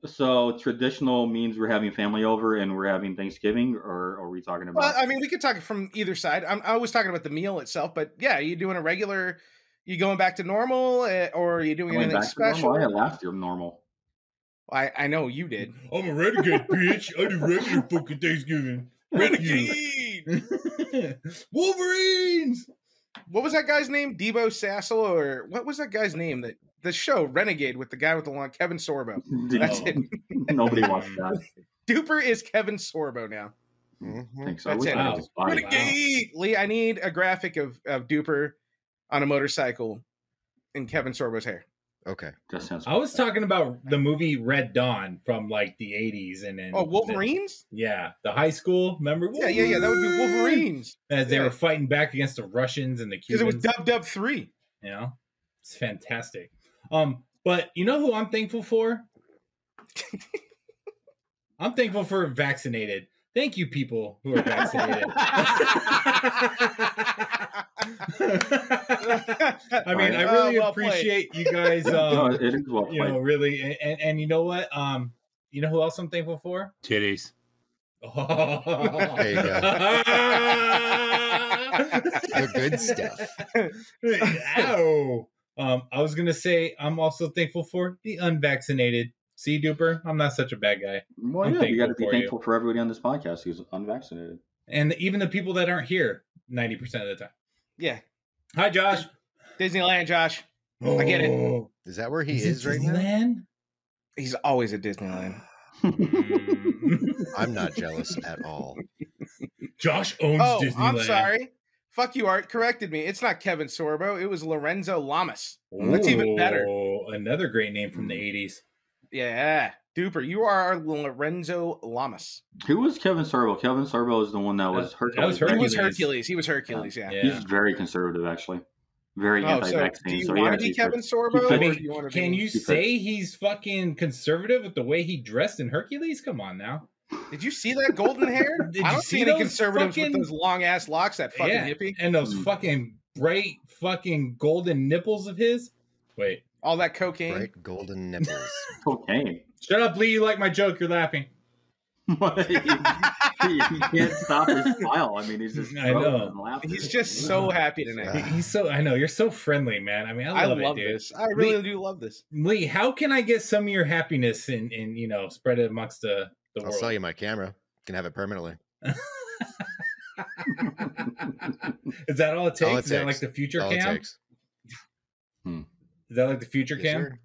Speaker 7: so traditional means we're having family over and we're having Thanksgiving, or are we talking about?
Speaker 5: Well, I mean, we could talk from either side. I'm, I was talking about the meal itself, but yeah, are you doing a regular? You going back to normal, eh, or are you doing
Speaker 7: going
Speaker 5: anything
Speaker 7: back to normal?
Speaker 5: special?
Speaker 7: I had last year normal.
Speaker 5: I, I know you did.
Speaker 3: I'm a renegade, bitch. I do regular fucking Thanksgiving. Renegade! Wolverines!
Speaker 5: What was that guy's name? Debo Sassel, or what was that guy's name? That the show Renegade with the guy with the long Kevin Sorbo. That's
Speaker 7: Oh,
Speaker 5: it.
Speaker 7: Nobody watched that.
Speaker 5: Duper is Kevin Sorbo now.
Speaker 7: I
Speaker 8: Mhm.
Speaker 7: think so.
Speaker 5: That's
Speaker 7: I wish
Speaker 5: it.
Speaker 7: I could just buy it.
Speaker 5: Renegade! Lee, I need a graphic of, of Duper on a motorcycle and Kevin Sorbo's hair.
Speaker 8: Okay.
Speaker 7: That sounds.
Speaker 3: I was talking about the movie Red Dawn from like the 80s and then.
Speaker 5: Oh, Wolverines?
Speaker 3: yeah. The high school. Remember?
Speaker 5: Yeah, yeah, yeah. That would be Wolverines
Speaker 3: As they
Speaker 5: Yeah.
Speaker 3: were fighting back against the Russians and the
Speaker 5: because
Speaker 3: Cubans.
Speaker 5: it was Dub Dub Three.
Speaker 3: You know, it's fantastic. Um, but you know who I'm thankful for? I'm thankful for vaccinated. Thank you, people who are vaccinated. I mean, I
Speaker 5: Uh,
Speaker 3: really
Speaker 5: well played.
Speaker 3: appreciate you guys.
Speaker 7: no,
Speaker 3: Um,
Speaker 7: it is well played.
Speaker 3: you know, really, and, and and you know what? Um, you know who else I'm thankful for?
Speaker 9: Titties.
Speaker 3: there
Speaker 8: you go.
Speaker 3: the
Speaker 8: The good stuff.
Speaker 3: Ow. Um, I was gonna say I'm also thankful for the unvaccinated. See, Duper, I'm not such a bad guy.
Speaker 7: well,
Speaker 3: I'm
Speaker 7: yeah, you got to
Speaker 3: thankful
Speaker 7: be
Speaker 3: for you.
Speaker 7: thankful for everybody on this podcast who's unvaccinated.
Speaker 3: And even the people that aren't here, ninety percent of the time.
Speaker 5: Yeah,
Speaker 3: Hi, Josh.
Speaker 5: Disneyland, Josh. I get it.
Speaker 3: Oh,
Speaker 8: Is that where he
Speaker 3: is it
Speaker 8: is, right now?
Speaker 3: Disneyland?
Speaker 5: He's always at Disneyland.
Speaker 3: Mm.
Speaker 8: I'm not jealous at all.
Speaker 3: Josh owns
Speaker 5: Oh,
Speaker 3: Disneyland.
Speaker 5: I'm sorry. Fuck you, Art. Corrected me. It's not Kevin Sorbo. It was Lorenzo Lamas. That's even better.
Speaker 3: Oh, Another great name from the '80s.
Speaker 5: Yeah, Duper, you are our Lorenzo Lamas.
Speaker 7: Who was Kevin Sorbo? Kevin Sorbo is the one that was
Speaker 3: that was
Speaker 7: Hercules.
Speaker 5: He
Speaker 7: right?
Speaker 5: was
Speaker 3: Hercules.
Speaker 5: Hercules. He was Hercules. Yeah.
Speaker 7: He's very conservative, actually. Very
Speaker 5: Oh, so do
Speaker 7: anti-vaccine.
Speaker 5: you
Speaker 7: so he
Speaker 5: want to
Speaker 7: actually
Speaker 5: be
Speaker 7: fits.
Speaker 5: Kevin Sorbo?
Speaker 7: I
Speaker 5: Or
Speaker 3: I
Speaker 5: do
Speaker 7: But
Speaker 3: mean,
Speaker 5: you want to
Speaker 3: can
Speaker 5: be...
Speaker 3: you
Speaker 7: Because-
Speaker 3: say he's fucking conservative with the way he dressed in Hercules? Come on now.
Speaker 5: Did you see that golden hair?
Speaker 3: Did
Speaker 5: I
Speaker 3: you
Speaker 5: don't see
Speaker 3: see
Speaker 5: any
Speaker 3: those
Speaker 5: conservatives
Speaker 3: fucking-
Speaker 5: with those long ass locks. That fucking
Speaker 3: Yeah.
Speaker 5: hippie.
Speaker 3: And those
Speaker 7: Mm.
Speaker 3: fucking bright fucking golden nipples of his. Wait.
Speaker 5: All that cocaine.
Speaker 8: Bright golden nipples.
Speaker 7: Okay.
Speaker 3: Shut up, Lee. You like my joke. You're laughing.
Speaker 7: What? he, he can't stop his smile. I mean, he's just
Speaker 3: I
Speaker 7: throwing
Speaker 3: know.
Speaker 7: and laughing.
Speaker 5: He's just so happy tonight.
Speaker 3: He- He's so, I know. You're so friendly, man. I mean, I
Speaker 5: I
Speaker 3: love,
Speaker 5: love,
Speaker 3: it, dude.
Speaker 5: this. I really do love this.
Speaker 3: Lee, how can I get some of your happiness and, and you know, spread it amongst the, the
Speaker 8: I'll
Speaker 3: world?
Speaker 8: sell you my camera. Can have it permanently.
Speaker 3: Is that all it takes?
Speaker 8: All it
Speaker 3: Is that like
Speaker 8: takes.
Speaker 3: the future
Speaker 8: all
Speaker 3: cam?
Speaker 8: it
Speaker 3: Is
Speaker 8: takes.
Speaker 3: that like the future
Speaker 8: Yes,
Speaker 3: cam?
Speaker 8: sir.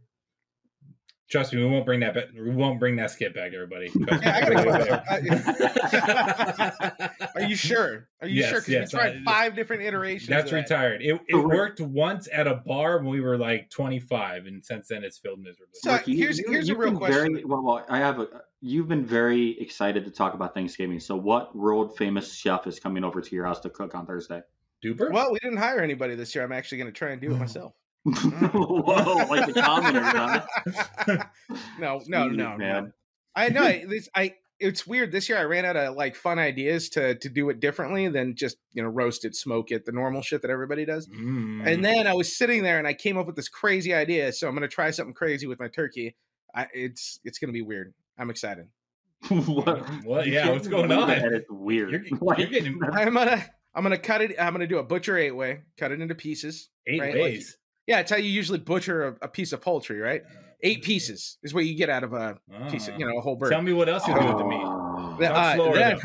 Speaker 3: Trust me, we won't bring that. Back, we won't bring that skit back, everybody. Trust me.
Speaker 5: Yeah, I gotta go with
Speaker 3: That's
Speaker 5: Are you sure? Are you
Speaker 3: Yes,
Speaker 5: sure? Because
Speaker 3: yes,
Speaker 5: we tried
Speaker 3: I-
Speaker 5: five different iterations. of that.
Speaker 3: retired. It, it worked once at a bar when we were like 25, and since then it's failed miserably.
Speaker 5: So-
Speaker 7: Ricky, you-
Speaker 5: here's-
Speaker 7: you-
Speaker 5: here's a
Speaker 7: you've
Speaker 5: real
Speaker 7: been Very, well, well, I have a. You've been very excited to talk about Thanksgiving. So, what world famous chef is coming over to your house to cook on Thursday?
Speaker 3: Duper.
Speaker 5: Well, we didn't hire anybody this year. I'm actually going to try and do it myself. Mm.
Speaker 7: Whoa, like the commoners, huh?
Speaker 5: No, no,
Speaker 7: Jesus,
Speaker 5: no,
Speaker 7: man.
Speaker 5: no. I know I- this. I it's weird. This year I ran out of like fun ideas to to do it differently than just you know roast it, smoke it, the normal shit that everybody does.
Speaker 3: Mm.
Speaker 5: And then I was sitting there and I came up with this crazy idea. So I'm gonna try something crazy with my turkey. I, it's it's gonna be weird. I'm excited.
Speaker 7: what?
Speaker 3: What?
Speaker 7: you
Speaker 3: Yeah,
Speaker 7: can't
Speaker 3: what's going
Speaker 7: believe
Speaker 3: on?
Speaker 7: it, and it's weird.
Speaker 3: You're- you're
Speaker 7: Like,
Speaker 3: getting-
Speaker 5: I'm gonna I'm gonna cut it. I'm gonna do a butcher eight way. Cut it into pieces.
Speaker 3: Eight
Speaker 5: right, like-
Speaker 3: ways.
Speaker 5: Yeah, it's how you usually butcher a, a piece of poultry, right? Eight pieces is what you get out of a piece, of, you
Speaker 3: Ah.
Speaker 5: know, uh, a whole bird.
Speaker 3: Tell me what else you do with the meat.
Speaker 7: Oh.
Speaker 5: Then-
Speaker 3: Talk slower,
Speaker 5: then-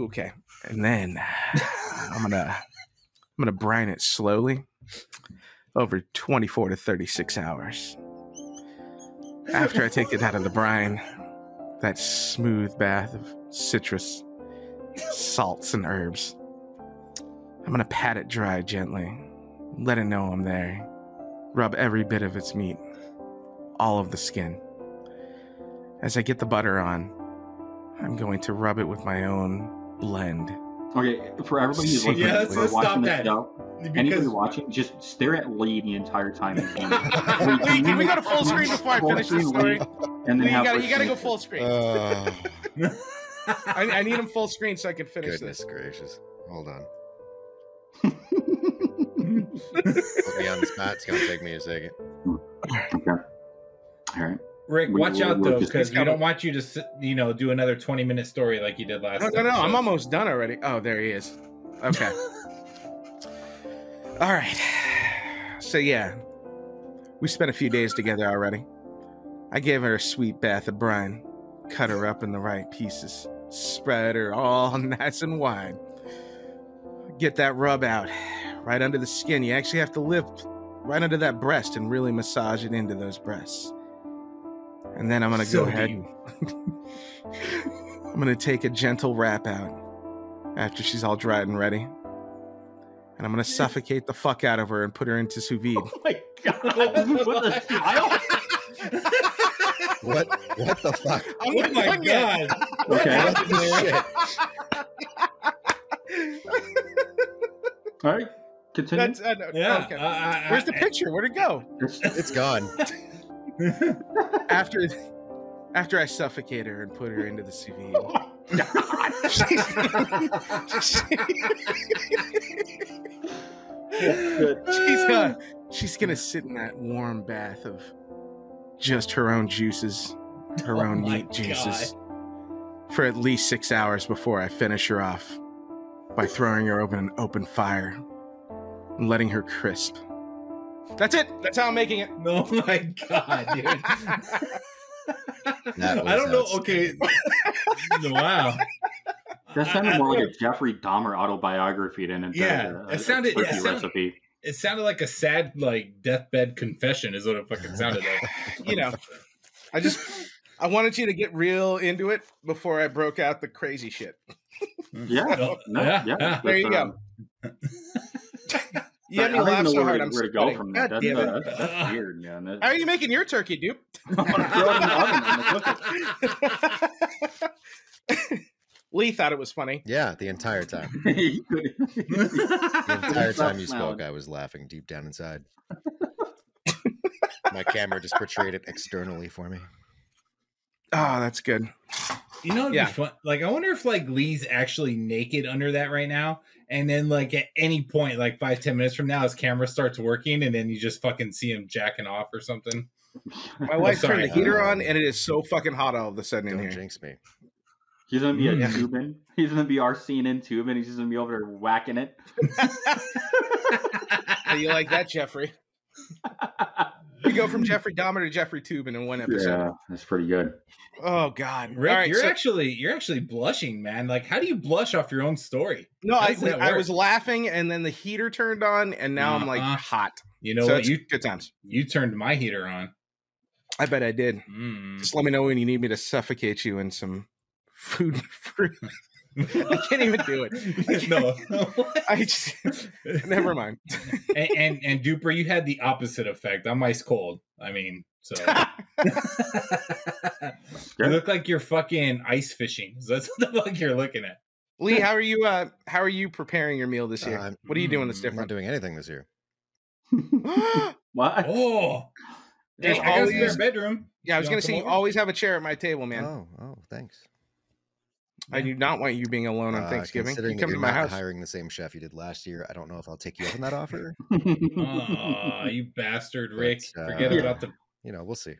Speaker 5: okay, and then uh, I'm gonna I'm gonna brine it slowly over 24 to 36 hours. After I take it out of the brine, that smooth bath of citrus, salts, and herbs, I'm gonna pat it dry gently, let it know I'm there, rub every bit of its meat, all of the skin. As I get the butter on, I'm going to rub it with my own blend.
Speaker 7: Okay, for everybody who's looking
Speaker 3: Yeah,
Speaker 7: at
Speaker 3: let's-
Speaker 7: or
Speaker 3: let's
Speaker 7: watching
Speaker 3: stop
Speaker 7: this
Speaker 3: that.
Speaker 7: show, anybody watching, just stare at Lee the entire time.
Speaker 5: Lee, can we go to full screen before I finish this story?
Speaker 7: And then
Speaker 5: Lee, you
Speaker 7: have
Speaker 5: gotta,
Speaker 7: her
Speaker 5: you gotta
Speaker 8: Oh,
Speaker 7: sing
Speaker 5: go
Speaker 7: it.
Speaker 5: full screen.
Speaker 8: Uh,
Speaker 5: I, I need him full screen so I can finish
Speaker 8: Goodness
Speaker 5: this.
Speaker 8: gracious. Hold on. Put me on the spot. It's going to take me a second.
Speaker 7: okay. All right.
Speaker 3: Rick,
Speaker 7: We-
Speaker 3: watch
Speaker 7: we-
Speaker 3: out
Speaker 7: we'll
Speaker 3: though,
Speaker 7: just-
Speaker 3: because we
Speaker 5: Come
Speaker 3: don't
Speaker 5: on.
Speaker 3: want you to, sit- you know, do another twenty-minute story like you did last.
Speaker 5: No, no, no. I'm
Speaker 3: episode.
Speaker 5: almost done already. Oh, there he is. Okay.
Speaker 2: All right. So yeah, we spent a few days together already. I gave her a sweet bath of brine, cut her up in the right pieces, spread her all nice and wide. Get that rub out right under the skin. You actually have to lift right under that breast and really massage it into those breasts. And then I'm gonna
Speaker 3: So
Speaker 2: go ahead.
Speaker 3: deep.
Speaker 2: I'm gonna take a gentle wrap out after she's all dried and ready. And I'm gonna suffocate the fuck out of her and put her into sous vide.
Speaker 7: Oh my god! what the smile?
Speaker 8: What? What the fuck?
Speaker 5: I'm
Speaker 3: Oh
Speaker 5: not
Speaker 3: my
Speaker 5: done yet.
Speaker 3: god!
Speaker 7: Okay.
Speaker 8: What the shit?
Speaker 7: All right. Continue.
Speaker 5: That's, uh, no,
Speaker 3: Yeah. Uh,
Speaker 5: okay.
Speaker 3: I- I-
Speaker 5: Where's the
Speaker 3: I-
Speaker 5: picture? Where'd it go?
Speaker 8: It's gone.
Speaker 2: After after I suffocate her and put her into the sous vide.
Speaker 7: Good.
Speaker 2: She's
Speaker 5: uh,
Speaker 2: gonna,
Speaker 7: Um,
Speaker 2: she's gonna sit in that warm bath of just her own juices, her
Speaker 3: Oh
Speaker 2: own
Speaker 3: my
Speaker 2: meat juices, for at least six hours before I finish her off by throwing her over an open fire and letting her crisp.
Speaker 5: That's it. That's how I'm making it.
Speaker 3: No, my god, dude.
Speaker 8: That
Speaker 3: I
Speaker 8: was
Speaker 3: don't know. Okay. wow.
Speaker 7: That sounded
Speaker 3: I- I-
Speaker 7: more like a Jeffrey Dahmer autobiography than it
Speaker 3: Yeah,
Speaker 7: did a,
Speaker 3: it
Speaker 7: a
Speaker 3: sounded-
Speaker 7: turkey
Speaker 3: it sounded-
Speaker 7: recipe.
Speaker 3: It sounded like a sad, like deathbed confession is what it fucking sounded like.
Speaker 5: You know, I just I wanted you to get real into it before I broke out the crazy shit.
Speaker 7: Yeah,
Speaker 3: No,
Speaker 7: no,
Speaker 3: yeah,
Speaker 7: yeah,
Speaker 3: yeah.
Speaker 5: There
Speaker 7: that's,
Speaker 5: you go.
Speaker 7: um,
Speaker 5: You had
Speaker 7: I
Speaker 5: me
Speaker 7: don't even
Speaker 5: laugh
Speaker 7: know
Speaker 5: so
Speaker 7: where
Speaker 5: hard.
Speaker 7: to-
Speaker 5: I'm
Speaker 7: where to
Speaker 5: sweating.
Speaker 7: go from
Speaker 5: God
Speaker 7: that. That's,
Speaker 5: damn it.
Speaker 7: uh, that's, that's weird, man. That-
Speaker 5: How are you making your turkey, dude?
Speaker 7: I'm gonna throw it in the oven. I'm gonna cook it.
Speaker 5: Lee thought it was funny.
Speaker 8: Yeah, the entire time.
Speaker 7: He could-
Speaker 8: The entire
Speaker 7: Stop
Speaker 8: time you
Speaker 7: smiling.
Speaker 8: spoke, I was laughing deep down inside. My camera just portrayed it externally for me.
Speaker 5: Ah,
Speaker 2: Oh, that's good.
Speaker 3: You know, it'd
Speaker 5: Yeah.
Speaker 3: be fun. Like, I wonder if like Lee's actually naked under that right now, and then like at any point, like five ten minutes from now, his camera starts working, and then you just fucking see him jacking off or something.
Speaker 5: My wife
Speaker 3: sorry.
Speaker 5: turned the heater on, and it is so fucking hot all of a sudden in
Speaker 8: Don't
Speaker 5: here.
Speaker 8: jinx me.
Speaker 7: He's gonna be a
Speaker 5: Mm. Yeah.
Speaker 7: Tubin. He's gonna be our scene in Tubin. He's just gonna be over there whacking it.
Speaker 5: How you like that, Jeffrey? We go from Jeffrey Dahmer to Jeffrey Tubin in one episode.
Speaker 7: yeah, that's pretty good.
Speaker 5: Oh God,
Speaker 3: Rick,
Speaker 5: All right,
Speaker 3: you're
Speaker 5: so-
Speaker 3: actually you're actually blushing, man. Like, how do you blush off your own story?
Speaker 5: no,
Speaker 3: how
Speaker 5: I,
Speaker 3: does that
Speaker 5: I
Speaker 3: work?
Speaker 5: was laughing, and then the heater turned on, and now I'm like
Speaker 3: Uh-huh.
Speaker 5: hot.
Speaker 3: You know
Speaker 5: so
Speaker 3: what?
Speaker 5: it's
Speaker 3: You
Speaker 5: good times.
Speaker 3: you turned my heater on.
Speaker 5: I bet I did.
Speaker 3: Mm.
Speaker 5: Just let me know when you need me to suffocate you in some food. and fruit. I can't even do it.
Speaker 3: no.
Speaker 5: I just never mind.
Speaker 3: and, and and Duper, you had the opposite effect. I'm ice cold. I mean, so you
Speaker 7: Yeah.
Speaker 3: look like you're fucking ice fishing. So that's what the fuck you're looking at.
Speaker 5: Lee, how are you? Uh, how are you preparing your meal this year?
Speaker 8: Um,
Speaker 5: what are you doing that's
Speaker 8: I'm not
Speaker 5: different?
Speaker 8: doing anything this year.
Speaker 7: what?
Speaker 3: Oh,
Speaker 5: There's
Speaker 3: hey, I got a
Speaker 5: always-
Speaker 3: spare bedroom.
Speaker 5: yeah, I was
Speaker 3: You wanna
Speaker 5: gonna
Speaker 3: come
Speaker 5: say you
Speaker 3: over?
Speaker 5: always have a chair at my table, man.
Speaker 8: Oh, oh, thanks.
Speaker 5: I do not want you being alone on
Speaker 8: Uh,
Speaker 5: Thanksgiving.
Speaker 8: Considering
Speaker 5: You
Speaker 8: that
Speaker 5: come to
Speaker 8: you're
Speaker 5: my
Speaker 8: not
Speaker 5: house.
Speaker 8: hiring the same chef you did last year, I don't know if I'll take you up on that offer.
Speaker 3: Aw, you bastard, Rick.
Speaker 8: But, uh,
Speaker 3: Forget
Speaker 7: Yeah.
Speaker 3: about the.
Speaker 8: You know, we'll see.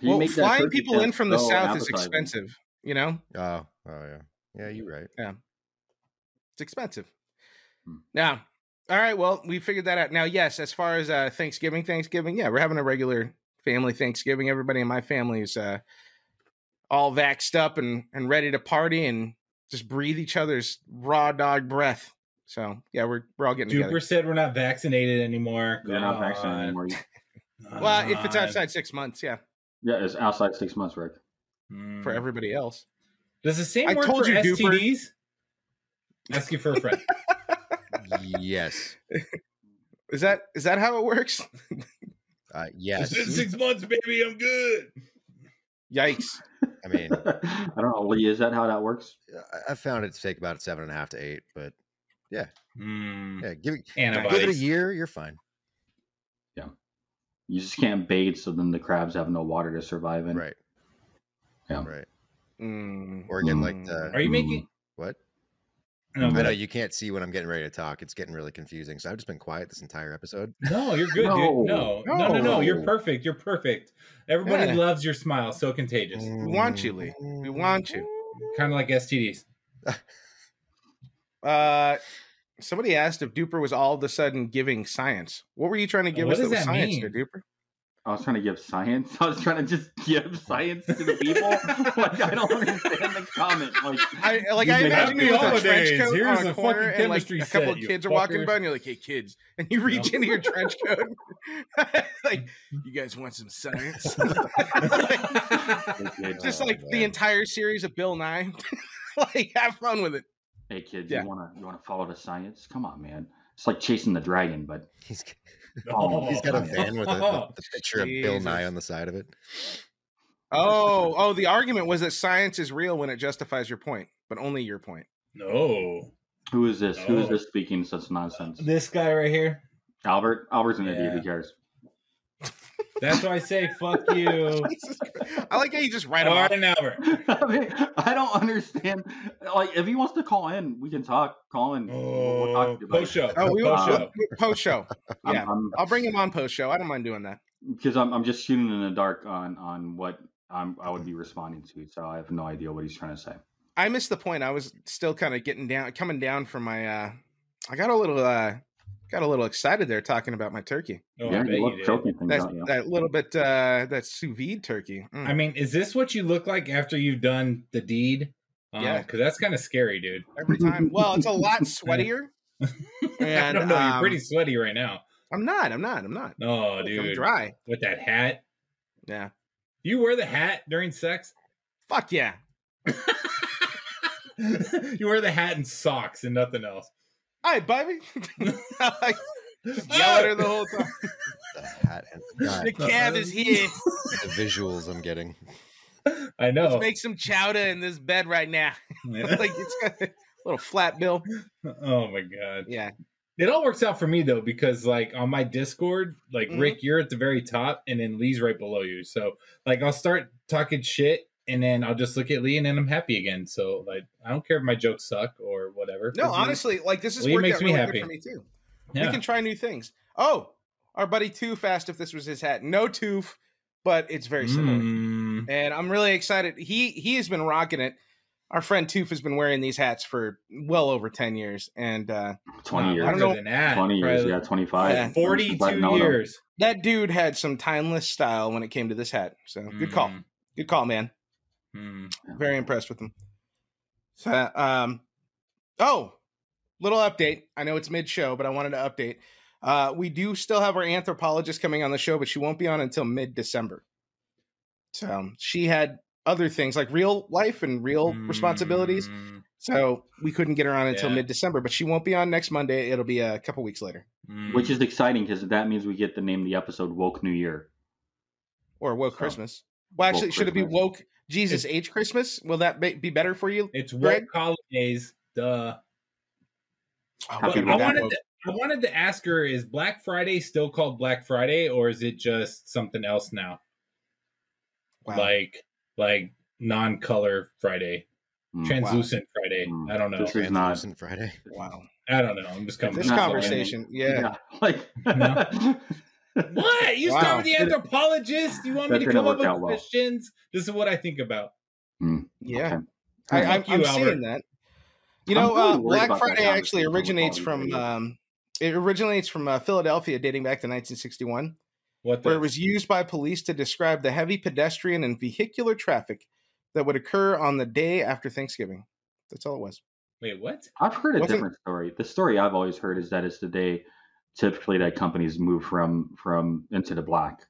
Speaker 7: You
Speaker 5: well,
Speaker 7: make that
Speaker 5: flying
Speaker 7: turkey
Speaker 5: people in
Speaker 7: test
Speaker 5: from the
Speaker 7: so
Speaker 5: south is
Speaker 7: appetizing.
Speaker 5: expensive. You know,
Speaker 8: Oh, oh yeah, yeah, you're right.
Speaker 5: it's expensive.
Speaker 7: Hmm.
Speaker 5: Now, all right. Well, we figured that out. Now, yes, as far as uh, Thanksgiving, Thanksgiving, yeah, we're having a regular family Thanksgiving. Everybody in my family is uh, all vaxxed up and and ready to party and just breathe each other's raw dog breath. So yeah, we're we're all getting together.
Speaker 3: Duper said we're not vaccinated anymore.
Speaker 7: They're not vaccinated
Speaker 3: God.
Speaker 7: anymore. You-
Speaker 5: Well, if it's
Speaker 3: God.
Speaker 5: outside six months, yeah,
Speaker 7: Yeah, it's outside six months, Rick.
Speaker 3: Mm.
Speaker 5: for everybody else.
Speaker 3: Does the same
Speaker 5: I
Speaker 3: work
Speaker 5: told
Speaker 3: for
Speaker 5: you, Duper.
Speaker 3: STDs? Ask you for a friend.
Speaker 8: yes,
Speaker 5: Is that is that how it works?
Speaker 8: uh, yes.
Speaker 3: It's been six months, baby. I'm good.
Speaker 5: Yikes!
Speaker 8: I mean,
Speaker 7: I don't know, Lee. Is that how that works?
Speaker 8: I- I found it to take about seven and a half to eight, but
Speaker 3: Mm.
Speaker 8: yeah, give it, give it a
Speaker 3: Antibodies.
Speaker 8: year, you're fine.
Speaker 7: You just can't bathe, so then the crabs have no water to survive in.
Speaker 8: Right,
Speaker 7: Yeah.
Speaker 8: right.
Speaker 5: Mm.
Speaker 8: Or again, like the
Speaker 3: Are you
Speaker 7: Ooh.
Speaker 3: making?
Speaker 8: what?
Speaker 3: No,
Speaker 8: I know
Speaker 3: but-
Speaker 8: you can't see when I'm getting ready to talk. It's getting really confusing. So I've just been quiet this entire episode.
Speaker 3: no, you're good,
Speaker 7: No.
Speaker 3: dude. No, no, no, no. You're
Speaker 7: No.
Speaker 3: perfect. You're perfect. Everybody
Speaker 5: Yeah.
Speaker 3: loves your smile. So contagious.
Speaker 5: We want you, Lee. We want you.
Speaker 3: Kind of like STDs.
Speaker 5: Uh, somebody asked if Duper was all of a sudden giving science. What were you trying to give
Speaker 3: What
Speaker 5: us that
Speaker 3: does
Speaker 5: was
Speaker 3: that
Speaker 5: science,
Speaker 3: mean?
Speaker 5: there, Duper?
Speaker 7: I was trying to give science. I was trying to just give science to the people. like I don't understand the comment. Like
Speaker 5: I like
Speaker 7: You
Speaker 5: I
Speaker 7: make
Speaker 5: imagine
Speaker 7: happy
Speaker 5: you with a trench
Speaker 3: holidays.
Speaker 5: coat
Speaker 3: Here's
Speaker 5: on a,
Speaker 3: a
Speaker 5: corner
Speaker 3: fucking
Speaker 5: and like
Speaker 3: chemistry
Speaker 5: a couple
Speaker 3: set,
Speaker 5: of
Speaker 3: you
Speaker 5: kids are walking
Speaker 3: fuckers.
Speaker 5: by and you're like, "Hey kids," and you reach
Speaker 3: No.
Speaker 5: into your trench coat like, "You guys want some science?"
Speaker 7: hey kid,
Speaker 5: Just
Speaker 8: Oh,
Speaker 5: like the
Speaker 8: man.
Speaker 5: entire series of Bill Nye. like have fun with it.
Speaker 7: hey kid,
Speaker 5: Yeah.
Speaker 7: you wanna you wanna follow the science? Come on, man. It's like chasing the dragon, but
Speaker 8: He's,
Speaker 7: Oh,
Speaker 8: he's got a van with, a, with the picture of Bill Nye
Speaker 5: Jesus.
Speaker 8: on the side of it.
Speaker 5: Oh, oh, the argument was that science is real when it justifies your point, but only your point.
Speaker 3: No.
Speaker 7: who is this? Who is
Speaker 3: No.
Speaker 8: Oh.
Speaker 7: this speaking such nonsense?
Speaker 3: This guy right here.
Speaker 7: Albert. Albert's an idiot. Who
Speaker 3: Yeah.
Speaker 7: cares?
Speaker 3: That's why I say fuck you.
Speaker 5: Jesus Christ. I like how you just write them off.
Speaker 3: Martin Albert.
Speaker 7: I, mean, I don't understand. Like, if he wants to call in, we can talk. Call in. We'll- we'll
Speaker 3: Oh,
Speaker 7: talk to you about
Speaker 3: post
Speaker 7: it.
Speaker 3: show.
Speaker 5: Oh, we will
Speaker 3: post
Speaker 7: uh,
Speaker 3: show.
Speaker 5: post show.
Speaker 7: I'm-
Speaker 5: Yeah.
Speaker 7: I'm-
Speaker 5: I'll bring him on post show. I don't mind doing that.
Speaker 7: because I'm, I'm just shooting in the dark on on what I'm, I would be responding to, so I have no idea what he's trying to say.
Speaker 5: I missed the point. I was still kind of getting down, coming down from my. uh I got a little, uh got a little excited there talking about my turkey.
Speaker 3: Oh, I
Speaker 7: yeah,
Speaker 3: bet
Speaker 7: you
Speaker 3: you
Speaker 7: love
Speaker 3: did.
Speaker 7: choking things,
Speaker 5: That
Speaker 7: don't you?
Speaker 5: that little bit, uh that sous vide turkey. Mm.
Speaker 3: I mean, is this what you look like after you've done the deed? Um,
Speaker 5: Yeah.
Speaker 3: Because that's kind of scary, dude.
Speaker 5: every time. Well, it's a lot sweatier.
Speaker 3: I
Speaker 5: And,
Speaker 3: don't know.
Speaker 5: um,
Speaker 3: you're pretty sweaty right now.
Speaker 5: I'm not. I'm not. I'm not.
Speaker 3: Oh,
Speaker 5: Look, I'm
Speaker 3: dude.
Speaker 5: dry.
Speaker 3: With that hat.
Speaker 5: Yeah.
Speaker 3: You wear the hat during sex?
Speaker 5: Fuck yeah.
Speaker 3: you wear the hat and socks and nothing else.
Speaker 5: All right, baby. I like, yell at her the whole time.
Speaker 8: The hat and God,
Speaker 5: The cab is here.
Speaker 8: the visuals I'm getting.
Speaker 3: I know.
Speaker 5: Let's make some chowder in this bed right now. like it's got a little flat bill.
Speaker 3: oh my god.
Speaker 5: Yeah.
Speaker 3: It all works out for me though, because like on my Discord, like
Speaker 5: Mhm.
Speaker 3: Rick, you're at the very top, and then Lee's right below you. So like I'll start talking shit, and then I'll just look at Lee, and then I'm happy again. So like I don't care if my jokes suck or whatever.
Speaker 5: No, honestly, like this is
Speaker 3: Lee
Speaker 5: worked
Speaker 3: makes
Speaker 5: out
Speaker 3: me
Speaker 5: really
Speaker 3: happy.
Speaker 5: good for me too.
Speaker 3: Yeah.
Speaker 5: We can try new things. Oh, our buddy Too Fast. If this was his hat, no tooth, but it's very similar.
Speaker 3: Mm.
Speaker 5: And I'm really excited. He he has been rocking it. Our friend Toof has been wearing these hats for well over ten years, and uh,
Speaker 7: Twenty
Speaker 3: Nah,
Speaker 7: years.
Speaker 5: I don't know-
Speaker 3: longer Than that,
Speaker 7: Twenty years.
Speaker 3: probably
Speaker 7: Yeah, twenty five.
Speaker 5: Yeah.
Speaker 3: Forty-two years.
Speaker 5: that dude had some timeless style when it came to this hat. So good call,
Speaker 3: Mm.
Speaker 5: good call, man.
Speaker 3: Mm.
Speaker 5: Very impressed with him. So, um, oh, little update. I know it's mid show, but I wanted to update. Uh, we do still have our anthropologist coming on the show, but she won't be on until mid December. So um, she had other things like real life and real responsibilities.
Speaker 3: Mm.
Speaker 5: So we couldn't get her on until
Speaker 3: Yeah.
Speaker 5: mid December, but she won't be on next Monday. It'll be a couple weeks later
Speaker 3: Mm.
Speaker 7: Which is exciting because that means we get the name of the episode "Woke New Year."
Speaker 5: or woke
Speaker 7: Oh.
Speaker 5: Christmas. Well,
Speaker 7: Woke
Speaker 5: actually, should it be
Speaker 7: Christmas.
Speaker 5: woke Jesus H Christmas? Will that be be better for you?
Speaker 3: it's
Speaker 5: Greg?
Speaker 3: what holidays. Duh.
Speaker 5: Oh,
Speaker 7: Happy
Speaker 5: we
Speaker 3: But
Speaker 5: could
Speaker 3: I
Speaker 5: go
Speaker 7: Black
Speaker 5: that
Speaker 3: wanted
Speaker 5: woke.
Speaker 3: to, I wanted to ask her: Is Black Friday still called Black Friday, or is it just something else now,
Speaker 5: Wow.
Speaker 3: like like non-color Friday,
Speaker 7: Mm.
Speaker 3: translucent Friday?
Speaker 7: Mm.
Speaker 3: I don't know.
Speaker 7: This is not-
Speaker 8: Translucent Friday.
Speaker 5: wow.
Speaker 3: I don't know. I'm just coming.
Speaker 5: This
Speaker 7: Not
Speaker 3: up with
Speaker 7: conversation-
Speaker 5: conversation, yeah.
Speaker 7: Like
Speaker 3: something. What you
Speaker 5: Wow.
Speaker 3: start with the anthropologist? You want me
Speaker 7: That's
Speaker 3: to
Speaker 7: gonna
Speaker 3: come up
Speaker 7: work
Speaker 3: with
Speaker 7: out well.
Speaker 3: questions? This is what I think about.
Speaker 5: Yeah,
Speaker 7: Okay.
Speaker 5: I,
Speaker 3: Thank
Speaker 5: I'm,
Speaker 3: you,
Speaker 5: I'm
Speaker 3: Albert.
Speaker 5: seeing that. You
Speaker 7: I'm
Speaker 5: know,
Speaker 7: really
Speaker 5: uh,
Speaker 7: worried
Speaker 5: Black
Speaker 7: about that
Speaker 5: Friday actually
Speaker 7: conversation with
Speaker 5: originates
Speaker 7: all
Speaker 5: from
Speaker 7: these idiots.
Speaker 5: um, it originates from uh, Philadelphia, dating back to 1961,
Speaker 3: What
Speaker 5: where
Speaker 3: the
Speaker 5: it was used by police to describe the heavy pedestrian and vehicular traffic that would occur on the day after Thanksgiving. That's all it was.
Speaker 3: wait? What?
Speaker 7: I've heard a
Speaker 5: Wasn't-
Speaker 7: different story. The story I've always heard is that it's the day typically that companies move from from into the black.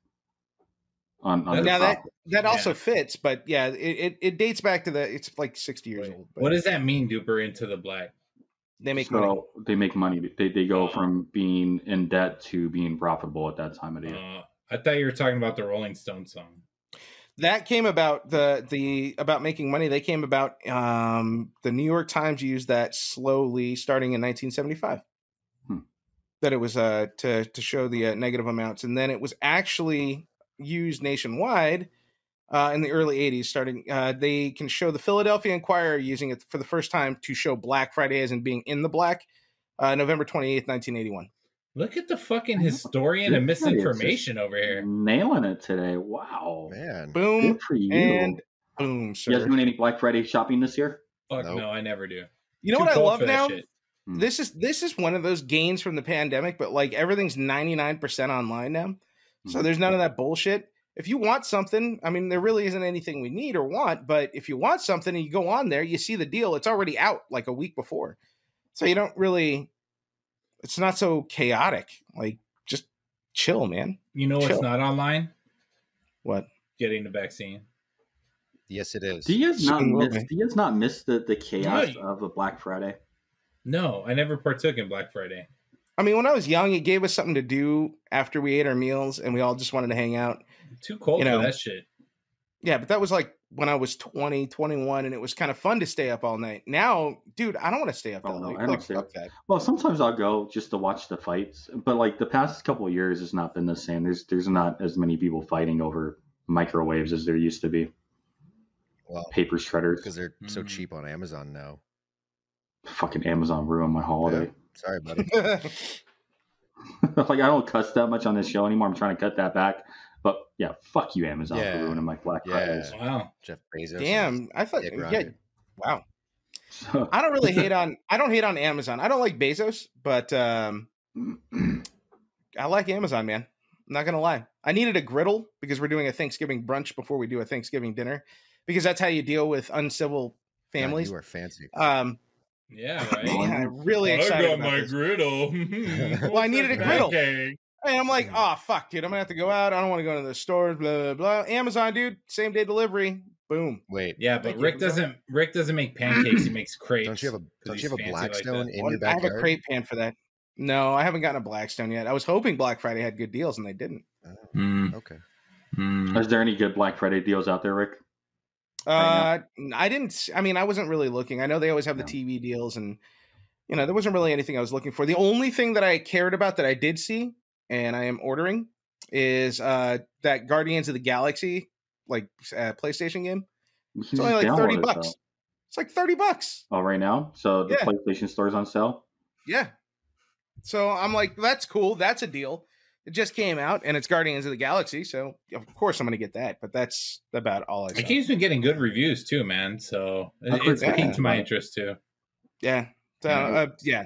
Speaker 7: On, on their
Speaker 5: Now that-
Speaker 7: profit.
Speaker 5: That
Speaker 3: Yeah.
Speaker 5: also fits, but yeah, it, it, it dates back to the it's like 60 years
Speaker 3: Wait,
Speaker 5: old. But
Speaker 3: what does that mean, Duper? Into the black?
Speaker 5: they make
Speaker 7: so
Speaker 5: money? Oh.
Speaker 7: they make money. They they go from being in debt to being profitable at that time of the year.
Speaker 3: Uh, I thought you were talking about the Rolling Stone song.
Speaker 5: That came about the the about making money. They came about. Um, the New York Times used that slowly, starting in 1975.
Speaker 7: Hmm.
Speaker 5: That it was uh to to show the uh, negative amounts, and then it was actually used nationwide uh, in the early 80s starting uh, they can show the philadelphia inquirer using it for the first time to show black friday as in being in the black uh, november 28th 1981
Speaker 3: Look at the fucking historian of misinformation over here.
Speaker 5: Mm,
Speaker 7: Nailing it today. Wow.
Speaker 8: Man,
Speaker 5: boom
Speaker 7: Good for you.
Speaker 5: and boom sir
Speaker 7: you guys doing any Black Friday shopping this year?
Speaker 3: Fuck
Speaker 8: Nope.
Speaker 3: no, I never do.
Speaker 5: you know
Speaker 3: Too
Speaker 5: what i
Speaker 3: cold
Speaker 5: love
Speaker 3: for that
Speaker 5: now
Speaker 3: shit.
Speaker 7: Mm.
Speaker 5: this is this is one of those gains from the pandemic but like everything's 99% online now so
Speaker 7: Mhm.
Speaker 5: there's none of that bullshit if you want something i mean there really isn't anything we need or want but if you want something and you go on there you see the deal it's already out like a week before so you don't really it's not so chaotic like just chill man
Speaker 3: You know what's
Speaker 5: Chill.
Speaker 3: not online?
Speaker 5: what
Speaker 3: Getting the vaccine.
Speaker 8: yes, it is.
Speaker 7: Do you guys not
Speaker 5: Soon will
Speaker 7: miss?
Speaker 5: be.
Speaker 7: Do you guys not miss the, the chaos
Speaker 3: No.
Speaker 7: of a Black Friday?
Speaker 3: No, I never partook in Black Friday.
Speaker 5: i mean when i was young it gave us something to do after we ate our meals and we all just wanted to hang out
Speaker 3: Too cold
Speaker 5: You know.
Speaker 3: for that shit.
Speaker 5: Yeah, but that was like when I was 20, 21, and it was kind of fun to stay up all night. Now, dude, I don't want to stay up
Speaker 7: Oh,
Speaker 5: all
Speaker 7: no,
Speaker 5: night.
Speaker 7: I don't
Speaker 5: Like,
Speaker 7: stay
Speaker 5: fuck
Speaker 7: up.
Speaker 5: that.
Speaker 7: Well, sometimes I'll go just to watch the fights, but like the past couple of years has not been the same. There's there's not as many people fighting over microwaves as there used to be.
Speaker 8: Well,
Speaker 7: Paper shredders.
Speaker 8: because they're so
Speaker 5: Mm-hmm.
Speaker 3: Mm.
Speaker 8: cheap on Amazon now.
Speaker 7: Fucking Amazon ruined my holiday.
Speaker 8: Sorry, buddy.
Speaker 7: like I don't cuss that much on this show anymore. I'm trying to cut that back. But yeah, fuck you, Amazon
Speaker 8: Yeah.
Speaker 7: for ruining my Black
Speaker 8: Yeah.
Speaker 7: Fridays.
Speaker 3: Wow.
Speaker 8: Jeff Bezos. and his
Speaker 5: Damn, I thought,
Speaker 8: dick
Speaker 5: yeah,
Speaker 8: rocket.
Speaker 5: wow.
Speaker 7: So,
Speaker 5: I don't really hate on, I don't hate on Amazon. I don't like Bezos, but um, I like Amazon, man. I'm not gonna lie. I needed a griddle because we're doing a Thanksgiving brunch before we do a Thanksgiving dinner, because that's how you deal with uncivil
Speaker 8: God,
Speaker 5: families.
Speaker 8: you are fancy.
Speaker 5: Um,
Speaker 3: Yeah,
Speaker 7: Oh,
Speaker 3: right.
Speaker 5: yeah, I'm really excited. about this.
Speaker 3: griddle.
Speaker 8: Well,
Speaker 5: I needed a griddle.
Speaker 3: Okay.
Speaker 5: And I'm like,
Speaker 8: Yeah.
Speaker 5: oh fuck, dude, I'm gonna have to go out. I don't want to go to the store. Blah blah blah. Amazon, dude, same day delivery. Boom.
Speaker 8: Wait,
Speaker 3: Yeah, but
Speaker 5: Thank you,
Speaker 3: Rick
Speaker 5: Amazon.
Speaker 3: doesn't. Rick doesn't make pancakes. He makes crepes.
Speaker 8: don't you have a don't
Speaker 3: he's
Speaker 8: you have a
Speaker 3: fancy like that.
Speaker 8: Blackstone in
Speaker 5: One-
Speaker 8: your
Speaker 5: I have
Speaker 8: backyard?
Speaker 5: a crepe pan for that. No, I haven't gotten a Blackstone yet. I was hoping Black Friday had good deals, and they didn't.
Speaker 3: Mm,
Speaker 8: Okay.
Speaker 3: mm.
Speaker 7: is there any good Black Friday deals out there, Rick? I
Speaker 5: Uh, I didn't. s- I mean, I wasn't really looking. I know they always have the
Speaker 7: No.
Speaker 5: TV deals, and you know, there wasn't really anything I was looking for. The only thing that I cared about that I did see, and I am ordering, is uh that Guardians of the Galaxy like uh, PlayStation game.
Speaker 7: You can
Speaker 5: It's only
Speaker 7: just
Speaker 5: like thirty
Speaker 7: download it,
Speaker 5: bucks.
Speaker 7: though.
Speaker 5: It's like thirty bucks.
Speaker 7: Oh, right now? So the
Speaker 5: Yeah.
Speaker 7: PlayStation Store's on sale?
Speaker 5: Yeah. So I'm like, that's cool. That's a deal. It just came out and it's Guardians of the Galaxy. So of course I'm going to get that. But that's about all I
Speaker 3: The
Speaker 5: saw.
Speaker 3: game's been getting good reviews too, man. So it,
Speaker 7: I've heard
Speaker 3: it's
Speaker 5: that.
Speaker 3: piqued my interest too.
Speaker 5: Yeah. So,
Speaker 7: Yeah.
Speaker 5: uh, yeah.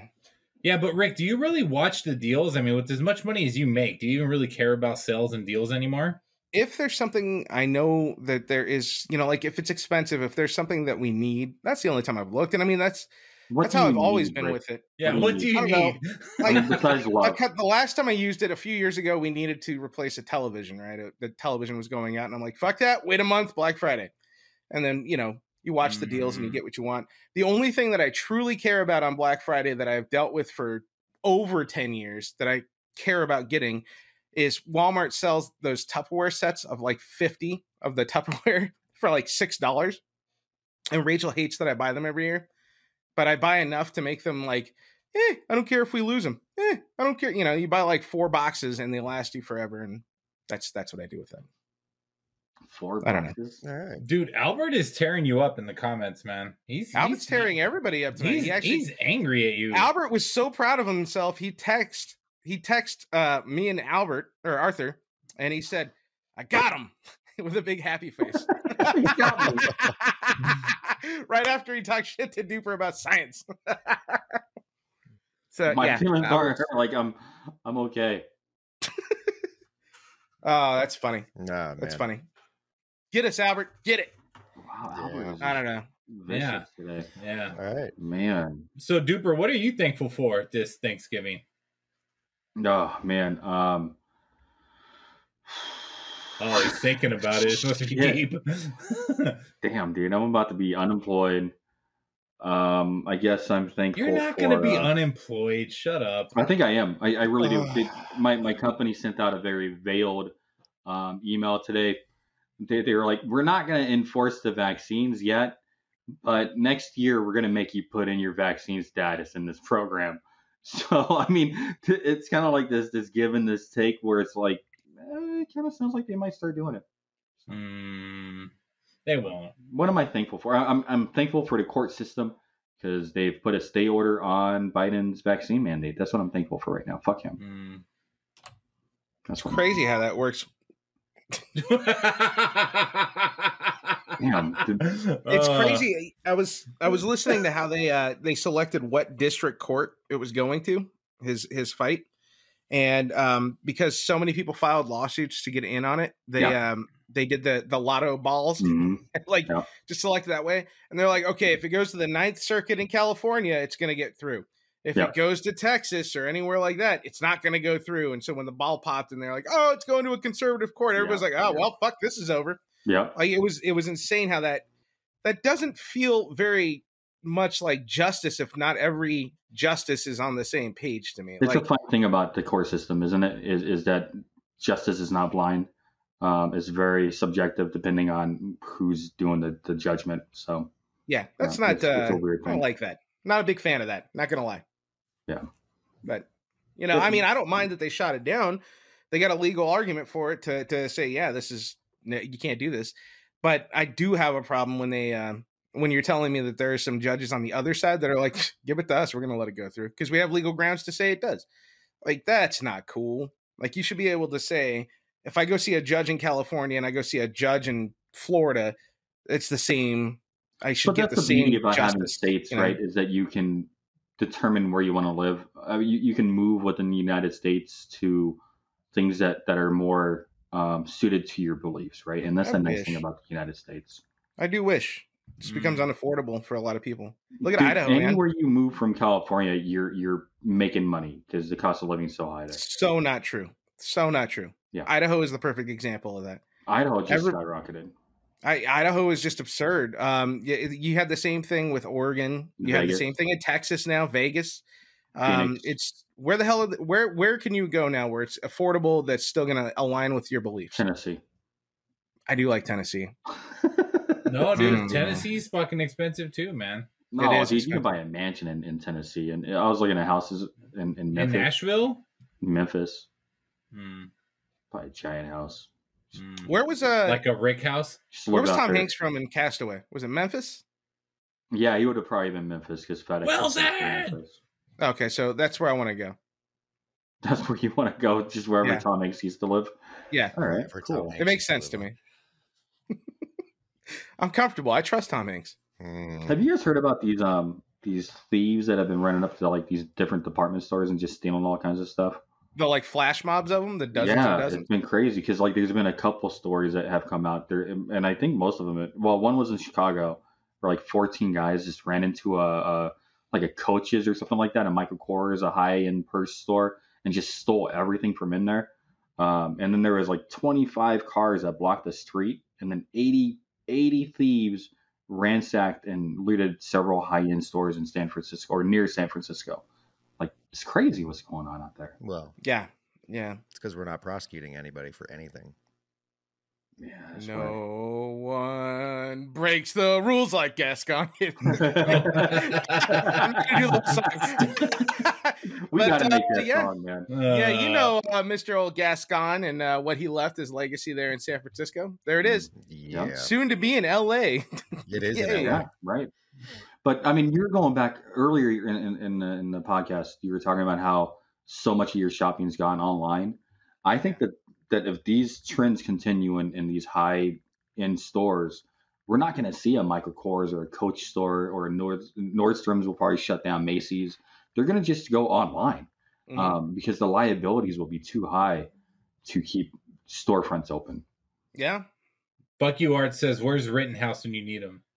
Speaker 3: Yeah, but Rick, do you really watch the deals? I mean, with as much money as you make, do you even really care about sales and deals anymore?
Speaker 5: If there's something I know that there is, you know, like if it's expensive, if there's something that we need, that's the only time I've looked. And I mean, that's
Speaker 7: What
Speaker 5: that's
Speaker 7: do
Speaker 5: how
Speaker 7: you
Speaker 5: I've always
Speaker 7: need,
Speaker 5: been
Speaker 7: Rick?
Speaker 5: with it.
Speaker 3: Yeah,
Speaker 7: Mm.
Speaker 3: what do you
Speaker 5: I don't know.
Speaker 3: need?
Speaker 7: I mean,
Speaker 5: Like,
Speaker 7: besides
Speaker 5: I
Speaker 7: love.
Speaker 5: cut the last time I used it a few years ago, we needed to replace a television, right? Uh, The television was going out, and I'm like, fuck that, wait a month, Black Friday. And then, you know, you watch the deals and you
Speaker 3: Mm.
Speaker 5: get what you want. The only thing that I truly care about on Black Friday that I've dealt with for over 10 years that I care about getting is Walmart sells those Tupperware sets of like 50 of the Tupperware for like $6. And Rachel hates that I buy them every year, but I buy enough to make them like eh, I don't care if we lose them. Eh, I don't care. You know, you buy like four boxes and they last you forever, and that's that's what I do with them.
Speaker 7: Four
Speaker 5: I don't know.
Speaker 7: boxes?
Speaker 8: All right.
Speaker 3: Dude, Albert is tearing you up in the comments, man. He's
Speaker 5: Albert's
Speaker 3: he's-
Speaker 5: tearing everybody up tonight.
Speaker 3: He's,
Speaker 5: He actually,
Speaker 3: he's angry at you.
Speaker 5: Albert was so proud of himself. He text he text uh, me and Albert or Arthur, and he said, "I got him." With a big happy face,
Speaker 7: You got me.
Speaker 5: right after he talked shit to Duper about science. so
Speaker 7: my
Speaker 5: Uh, yeah,
Speaker 7: feelings are
Speaker 5: Albert's-
Speaker 7: hurt. Like, I'm, I'm okay.
Speaker 5: oh, that's funny.
Speaker 8: Nah,
Speaker 5: That's
Speaker 8: man.
Speaker 5: funny. Get us, Albert. Get it.
Speaker 7: Wow.
Speaker 8: Yeah.
Speaker 7: Albert is
Speaker 5: I don't know.
Speaker 7: vicious
Speaker 3: Yeah.
Speaker 7: Today.
Speaker 3: Yeah.
Speaker 8: All right.
Speaker 7: Man.
Speaker 3: So Duper, what are you thankful for this Thanksgiving?
Speaker 7: Oh, man. Um,
Speaker 3: Oh, he's thinking about it. It's supposed to be
Speaker 7: Yeah.
Speaker 3: deep.
Speaker 7: damn, dude. I'm about to be unemployed. Um, I guess I'm thankful.
Speaker 3: You're not going to
Speaker 7: for,
Speaker 3: be
Speaker 7: uh,
Speaker 3: unemployed. Shut up.
Speaker 7: I think I am. I, I really do. They- my my company sent out a very veiled um, email today. They, they were like, we're not going to enforce the vaccines yet, but next year we're going to make you put in your vaccine status in this program. So I mean, t- it's kind of like this this give and this take where it's like eh, it kind of sounds like they might start doing it.
Speaker 3: Mm, they won't.
Speaker 7: what am I thankful for? I- I'm I'm thankful for the court system because they've put a stay order on Biden's vaccine mandate. That's what I'm thankful for right now. Fuck him.
Speaker 3: Mm.
Speaker 7: That's what
Speaker 5: Crazy how that works.
Speaker 7: Damn, dude.
Speaker 5: It's
Speaker 3: Uh,
Speaker 5: crazy. I was I was listening to how they uh they selected what district court it was going to his his fight, and um because so many people filed lawsuits to get in on it, they um they did the the lotto balls
Speaker 7: Mhm.
Speaker 5: like
Speaker 7: Yeah.
Speaker 5: just select that way. And they're like, okay, if it goes to the Ninth Circuit in California, it's going to get through. If
Speaker 7: Yeah.
Speaker 5: it goes to Texas or anywhere like that, it's not going to go through. And so when the ball popped and they're like, oh, it's going to a conservative court,
Speaker 7: Yeah,
Speaker 5: everybody's like, oh,
Speaker 7: yeah.
Speaker 5: well, fuck, this is over.
Speaker 7: Yeah.
Speaker 5: Like it was, it was insane how that that doesn't feel very much like justice if not every justice is on the same page to me.
Speaker 7: It's
Speaker 5: like
Speaker 7: a fun thing about the court system, isn't it? Is is that justice is not blind. Um, it's very subjective depending on who's doing the, the judgment. So
Speaker 5: yeah, that's
Speaker 7: yeah,
Speaker 5: not.
Speaker 7: it's- it's a
Speaker 5: uh,
Speaker 7: weird
Speaker 5: I don't
Speaker 7: thing.
Speaker 5: like that. Not a big fan of that. Not gonna lie.
Speaker 7: Yeah.
Speaker 5: But you know, I mean, I don't mind that they shot it down. They got a legal argument for it to to say, yeah, this is no, you can't do this. But I do have a problem when they um, when you're telling me that there are some judges on the other side that are like, give it to us, we're gonna let it go through because we have legal grounds to say it does. Like that's not cool. Like you should be able to say, if I go see a judge in California and I go see a judge in Florida, it's the same. I should
Speaker 7: but
Speaker 5: get
Speaker 7: that's the,
Speaker 5: same
Speaker 7: beauty about having
Speaker 5: justice,
Speaker 7: states,
Speaker 5: you know?
Speaker 7: right? Is that you can determine where you want to live. Uh, you, you can move within the United States to things that that are more um, suited to your beliefs, right? And that's
Speaker 5: I
Speaker 7: the nice
Speaker 5: wish.
Speaker 7: thing about the United States.
Speaker 5: I do wish. It just becomes unaffordable for a lot of people. Look at
Speaker 7: Mm. Dude,
Speaker 5: Idaho, man.
Speaker 7: Anywhere you move from California, you're you're making money because the cost of living is so high. There.
Speaker 5: So not true. So not true.
Speaker 7: Yeah.
Speaker 5: Idaho is the perfect example of that.
Speaker 7: Idaho just
Speaker 5: Every-
Speaker 7: skyrocketed.
Speaker 5: I, Idaho is just absurd. Um, you, you had the same thing with Oregon. You have the
Speaker 7: Vegas.
Speaker 5: same thing in Texas now, Vegas. Um,
Speaker 7: Phoenix.
Speaker 5: it's where the hell are the, where where can you go now where it's affordable that's still going to align with your beliefs?
Speaker 7: Tennessee.
Speaker 5: I do like Tennessee.
Speaker 3: no, dude,
Speaker 2: Mm.
Speaker 3: Tennessee's fucking expensive too, man.
Speaker 7: No,
Speaker 5: It is
Speaker 7: dude, you
Speaker 5: expensive.
Speaker 7: can buy a mansion in, in Tennessee, and I was looking at houses in, in
Speaker 3: In
Speaker 7: Memphis.
Speaker 3: Nashville.
Speaker 7: Memphis,
Speaker 5: Hmm,
Speaker 3: Mm,
Speaker 7: buy a giant house.
Speaker 3: mm.
Speaker 5: Where was uh
Speaker 3: like a Rick House?
Speaker 7: Just
Speaker 5: where
Speaker 7: live
Speaker 5: was
Speaker 7: out
Speaker 5: Tom
Speaker 7: there.
Speaker 5: Hanks from in Castaway? Was it Memphis?
Speaker 7: Yeah, he would have probably been Memphis because FedEx. is based in
Speaker 3: Wilson!
Speaker 7: Memphis.
Speaker 5: Okay, so that's where I want to go.
Speaker 7: That's where you want to go, just wherever
Speaker 5: Yeah.
Speaker 7: Tom Hanks used to live.
Speaker 5: Yeah.
Speaker 7: All right.
Speaker 8: For Tom
Speaker 7: cool.
Speaker 8: Hanks
Speaker 5: It makes
Speaker 8: to
Speaker 5: sense to
Speaker 8: live
Speaker 5: me. I'm comfortable. I trust Tom Hanks.
Speaker 8: on. Mm.
Speaker 7: Have you guys heard about these um these thieves that have been running up to like these different department stores and just stealing all kinds of stuff?
Speaker 5: The like flash mobs of them, the dozens
Speaker 7: yeah,
Speaker 5: and dozens.
Speaker 7: it's been crazy because like there's been a couple stories that have come out there, and and I think most of them. Well, one was in Chicago where like 14 guys just ran into a, a like a coaches or something like that, a Michael Kors, a high end purse store, and just stole everything from in there. Um, and then there was like 25 cars that blocked the street, and then 80 80 thieves ransacked and looted several high end stores in San Francisco or near San Francisco. Like it's crazy what's going on out there.
Speaker 8: Well,
Speaker 5: Yeah. Yeah.
Speaker 8: it's because we're not prosecuting anybody for anything.
Speaker 7: Yeah, I swear.
Speaker 5: No one breaks the rules like Gascon. I'm gonna do the song.
Speaker 7: We
Speaker 5: But,
Speaker 7: gotta make
Speaker 5: uh,
Speaker 7: that
Speaker 5: yeah.
Speaker 7: song, man.
Speaker 5: yeah, you know uh, Mr. Old Gascon and uh, what he left his legacy there in San Francisco. There it is.
Speaker 8: Mm, Yeah,
Speaker 5: Soon to be in LA.
Speaker 8: it is.
Speaker 5: Yeah,
Speaker 8: Yeah,
Speaker 7: Yeah, right. But I mean, you're going back earlier in, in, in, the, in the podcast. You were talking about how so much of your shopping's gone online. I think that that if these trends continue in, in these high end stores, we're not going to see a Michael Kors or a Coach store or a Nord, Nordstrom's will probably shut down Macy's. They're going to just go online
Speaker 5: Mhm.
Speaker 7: um, because the liabilities will be too high to keep storefronts open.
Speaker 5: yeah.
Speaker 3: Bucky Art says, "Where's Rittenhouse when you need him?"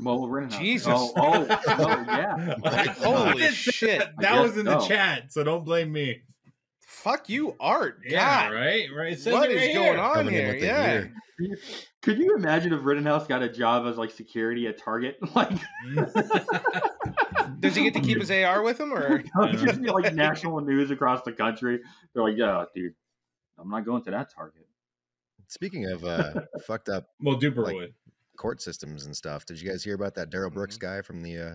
Speaker 7: Well, Rittenhouse.
Speaker 5: Jesus.
Speaker 7: Oh, oh, oh, yeah.
Speaker 5: Holy
Speaker 3: I didn't say
Speaker 5: shit.
Speaker 3: That, that
Speaker 7: I guess
Speaker 3: was in the
Speaker 7: so.
Speaker 3: chat, so don't blame me.
Speaker 5: Fuck you, Art.
Speaker 3: Yeah,
Speaker 5: God.
Speaker 3: right, right. It says
Speaker 5: What
Speaker 3: it
Speaker 5: is
Speaker 3: right here.
Speaker 5: going on
Speaker 8: Coming in
Speaker 5: here?
Speaker 8: with the
Speaker 5: Yeah.
Speaker 8: ear.
Speaker 7: Could you imagine if Rittenhouse got a job as like security at Target? Like,
Speaker 5: Does he get to keep his AR with him or
Speaker 7: it'd just be like national news across the country. They're like, yeah, dude, I'm not going to that Target.
Speaker 8: Speaking of uh, fucked up
Speaker 3: well, Duper
Speaker 8: Like-
Speaker 3: would.
Speaker 8: court systems and stuff, did you guys hear about that Daryl Brooks guy from the uh,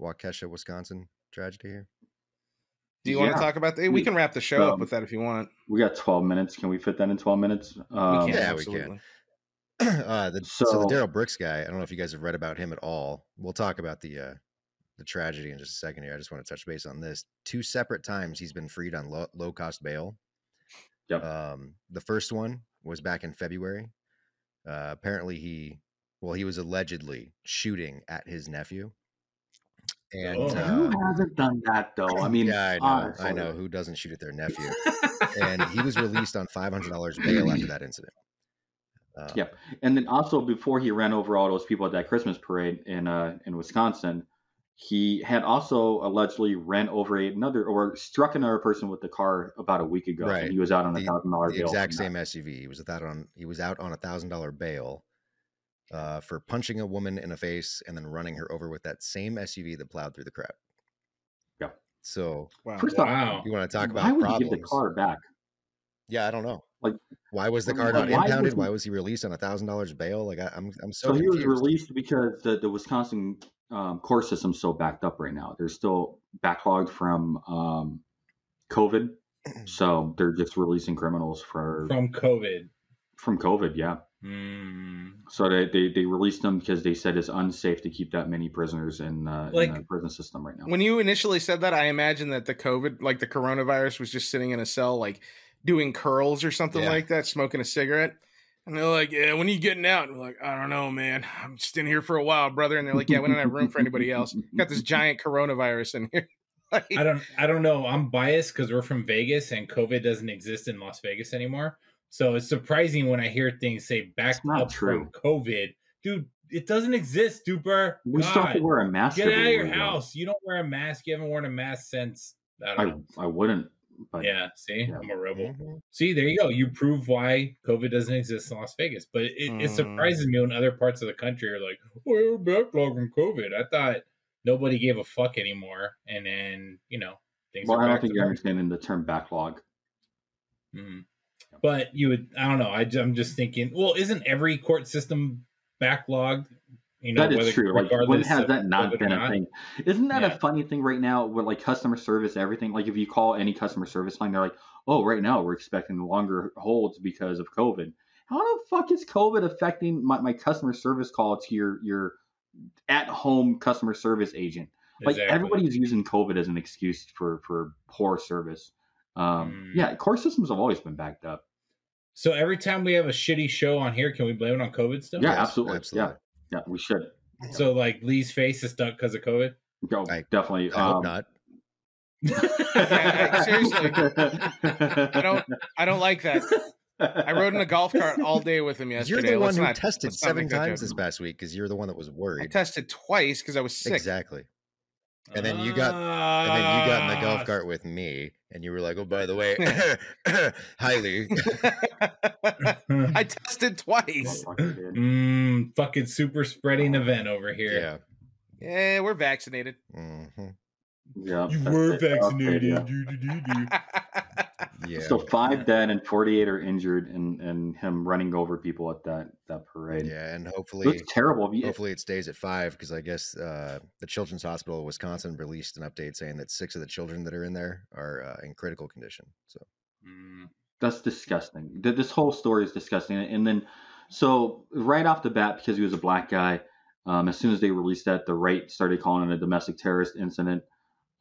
Speaker 8: Waukesha, Wisconsin tragedy here?
Speaker 5: Do you want
Speaker 7: Yeah.
Speaker 5: to talk about that? We
Speaker 7: Mm.
Speaker 5: can wrap the show up
Speaker 7: Um,
Speaker 5: with that if you want.
Speaker 7: We got 12 minutes. Can we fit that in 12 minutes?
Speaker 5: We
Speaker 7: Um,
Speaker 5: can,
Speaker 8: yeah, we can.
Speaker 5: absolutely.
Speaker 8: uh, the, so, the
Speaker 7: So-
Speaker 8: Daryl Brooks guy. I don't know if you guys have read about him at all. We'll talk about the uh, the tragedy in just a second here. I just want to touch base on this. Two separate times he's been freed on low, low cost bail.
Speaker 7: Yep.
Speaker 8: Um, the first one was back in February. Uh, apparently he, well, he was allegedly shooting at his nephew. And
Speaker 3: Oh.
Speaker 8: uh,
Speaker 7: Who hasn't done that though? I mean, uh,
Speaker 8: yeah, I know, I
Speaker 7: honestly.
Speaker 8: know who doesn't shoot at their nephew. and he was released on five hundred dollars bail after that incident. Uh,
Speaker 7: Yep. And then also before he ran over all those people at that Christmas parade in uh in Wisconsin, he had also allegedly ran over another or struck another person with the car about a week ago.
Speaker 8: Right.
Speaker 7: And he was out on a
Speaker 8: The-
Speaker 7: thousand dollar
Speaker 8: the
Speaker 7: bill.
Speaker 8: exact
Speaker 7: from
Speaker 8: same SUV. He was without on he was out on a thousand dollar bail uh, for punching a woman in the face and then running her over with that same SUV that plowed through the crowd.
Speaker 7: Yeah.
Speaker 8: So
Speaker 7: that.
Speaker 5: Wow.
Speaker 7: First off,
Speaker 3: Wow.
Speaker 8: you want to talk
Speaker 7: why
Speaker 8: about
Speaker 7: would
Speaker 8: problems?
Speaker 7: he give the car back?
Speaker 8: Yeah, I don't know.
Speaker 7: Like,
Speaker 8: why was the
Speaker 7: um,
Speaker 8: car
Speaker 7: like,
Speaker 8: not
Speaker 7: why was
Speaker 8: impounded?
Speaker 7: he-
Speaker 8: why was he released on a thousand dollars bail? Like I, I'm I'm so,
Speaker 7: So, he was
Speaker 8: confused.
Speaker 7: released because the, the Wisconsin um, court system's so backed up right now. They're still backlogged from um, COVID. So they're just releasing criminals for
Speaker 3: From COVID.
Speaker 7: from COVID, yeah.
Speaker 5: Hmm.
Speaker 3: Mm.
Speaker 7: So they, they, they released them because they said it's unsafe to keep that many prisoners in, uh,
Speaker 3: Like-
Speaker 7: in the prison system right now.
Speaker 5: When you initially said that, I imagine that the COVID, like the coronavirus, was just sitting in a cell, like doing curls or something
Speaker 8: Yeah.
Speaker 5: like that, smoking a cigarette. And they're like, "Yeah, when are you getting out?" And we're like, "I don't know, man. I'm just in here for a while, brother." And they're like, "Yeah, we don't have room for anybody else. Got this giant coronavirus in here." like,
Speaker 3: I don't I don't know. I'm biased because we're from Vegas and COVID doesn't exist in Las Vegas anymore. So it's surprising when I hear things say back
Speaker 7: It's not
Speaker 3: up
Speaker 7: true.
Speaker 3: from COVID. Dude, it doesn't exist, duper.
Speaker 7: we still have to
Speaker 3: God.
Speaker 7: wear a mask.
Speaker 3: Get out of
Speaker 7: everywhere
Speaker 3: your
Speaker 7: we go.
Speaker 3: house. You don't wear a mask. You haven't worn a mask since I don't
Speaker 7: I,
Speaker 3: know.
Speaker 7: I wouldn't. But
Speaker 3: yeah, see,
Speaker 7: yeah.
Speaker 3: I'm a rebel.
Speaker 8: Mhm.
Speaker 3: See, there you go. You prove why COVID doesn't exist in Las Vegas. But it, it
Speaker 5: Mm.
Speaker 3: surprises me when other parts of the country are like, oh, we're backlog from COVID. I thought nobody gave a fuck anymore. And then, you know, things
Speaker 7: well,
Speaker 3: are
Speaker 7: I don't
Speaker 3: back
Speaker 7: think
Speaker 3: to
Speaker 7: you're
Speaker 3: normal.
Speaker 7: understanding the term backlog.
Speaker 3: Mhm. But you would, I don't know. I, am just thinking, well, isn't every court system backlogged? You
Speaker 7: that is true. Like, when has that not been a thing? Isn't that
Speaker 3: Yeah.
Speaker 7: a funny thing right now with like customer service, everything? Like, if you call any customer service line, they're like, oh, right now we're expecting longer holds because of COVID. How the fuck is COVID affecting my, my customer service call to your, your at home customer service agent? Like, everybody's using COVID as an excuse for, for poor service. Um,
Speaker 3: Mm.
Speaker 7: Yeah, core systems have always been backed up.
Speaker 3: So every time we have a shitty show on here, can we blame it on COVID still?
Speaker 7: Yeah,
Speaker 8: Yes,
Speaker 7: absolutely.
Speaker 8: absolutely.
Speaker 7: Yeah, yeah, we should.
Speaker 3: So like Lee's face is stuck because of COVID.
Speaker 7: Go,
Speaker 8: I-
Speaker 7: definitely.
Speaker 8: I hope
Speaker 7: um,
Speaker 8: not.
Speaker 5: Yeah, seriously. I don't. I don't like that. I rode in a golf cart all day with him
Speaker 8: You're
Speaker 5: yesterday.
Speaker 8: the one
Speaker 5: Let's
Speaker 8: who
Speaker 5: not-
Speaker 8: tested
Speaker 5: let's not
Speaker 8: seven
Speaker 5: make that
Speaker 8: times
Speaker 5: joke.
Speaker 8: this past week because you're the one that was
Speaker 5: I
Speaker 8: worried.
Speaker 5: tested twice because I was sick. Uh,
Speaker 8: Exactly. And then you got- And then you got in the
Speaker 5: Ah,
Speaker 8: golf cart with me, and you were like, "Oh, by the way, highly."
Speaker 3: cart.
Speaker 5: I tested twice.
Speaker 3: mm, fucking super spreading event over here.
Speaker 8: Yeah.
Speaker 5: Yeah, we're vaccinated.
Speaker 8: Mhm.
Speaker 7: Yeah,
Speaker 3: You
Speaker 7: that's
Speaker 3: were
Speaker 7: it. Okay,
Speaker 3: vaccinated.
Speaker 7: yeah.
Speaker 3: Do, do, do, do.
Speaker 8: Yeah.
Speaker 7: So five dead and forty-eight are injured, and and him running over people at that that parade.
Speaker 8: yeah, and
Speaker 7: it was
Speaker 8: hopefully,
Speaker 7: terrible. You-
Speaker 8: hopefully it stays at five because I guess uh, the Children's Hospital of Wisconsin released an update saying that six of the children that are in there are uh, in critical condition. So
Speaker 3: Mm,
Speaker 7: That's disgusting. Th- This whole story is disgusting. And then, so right off the bat, because he was a black guy, um, as soon as they released that, the right started calling it a domestic terrorist incident.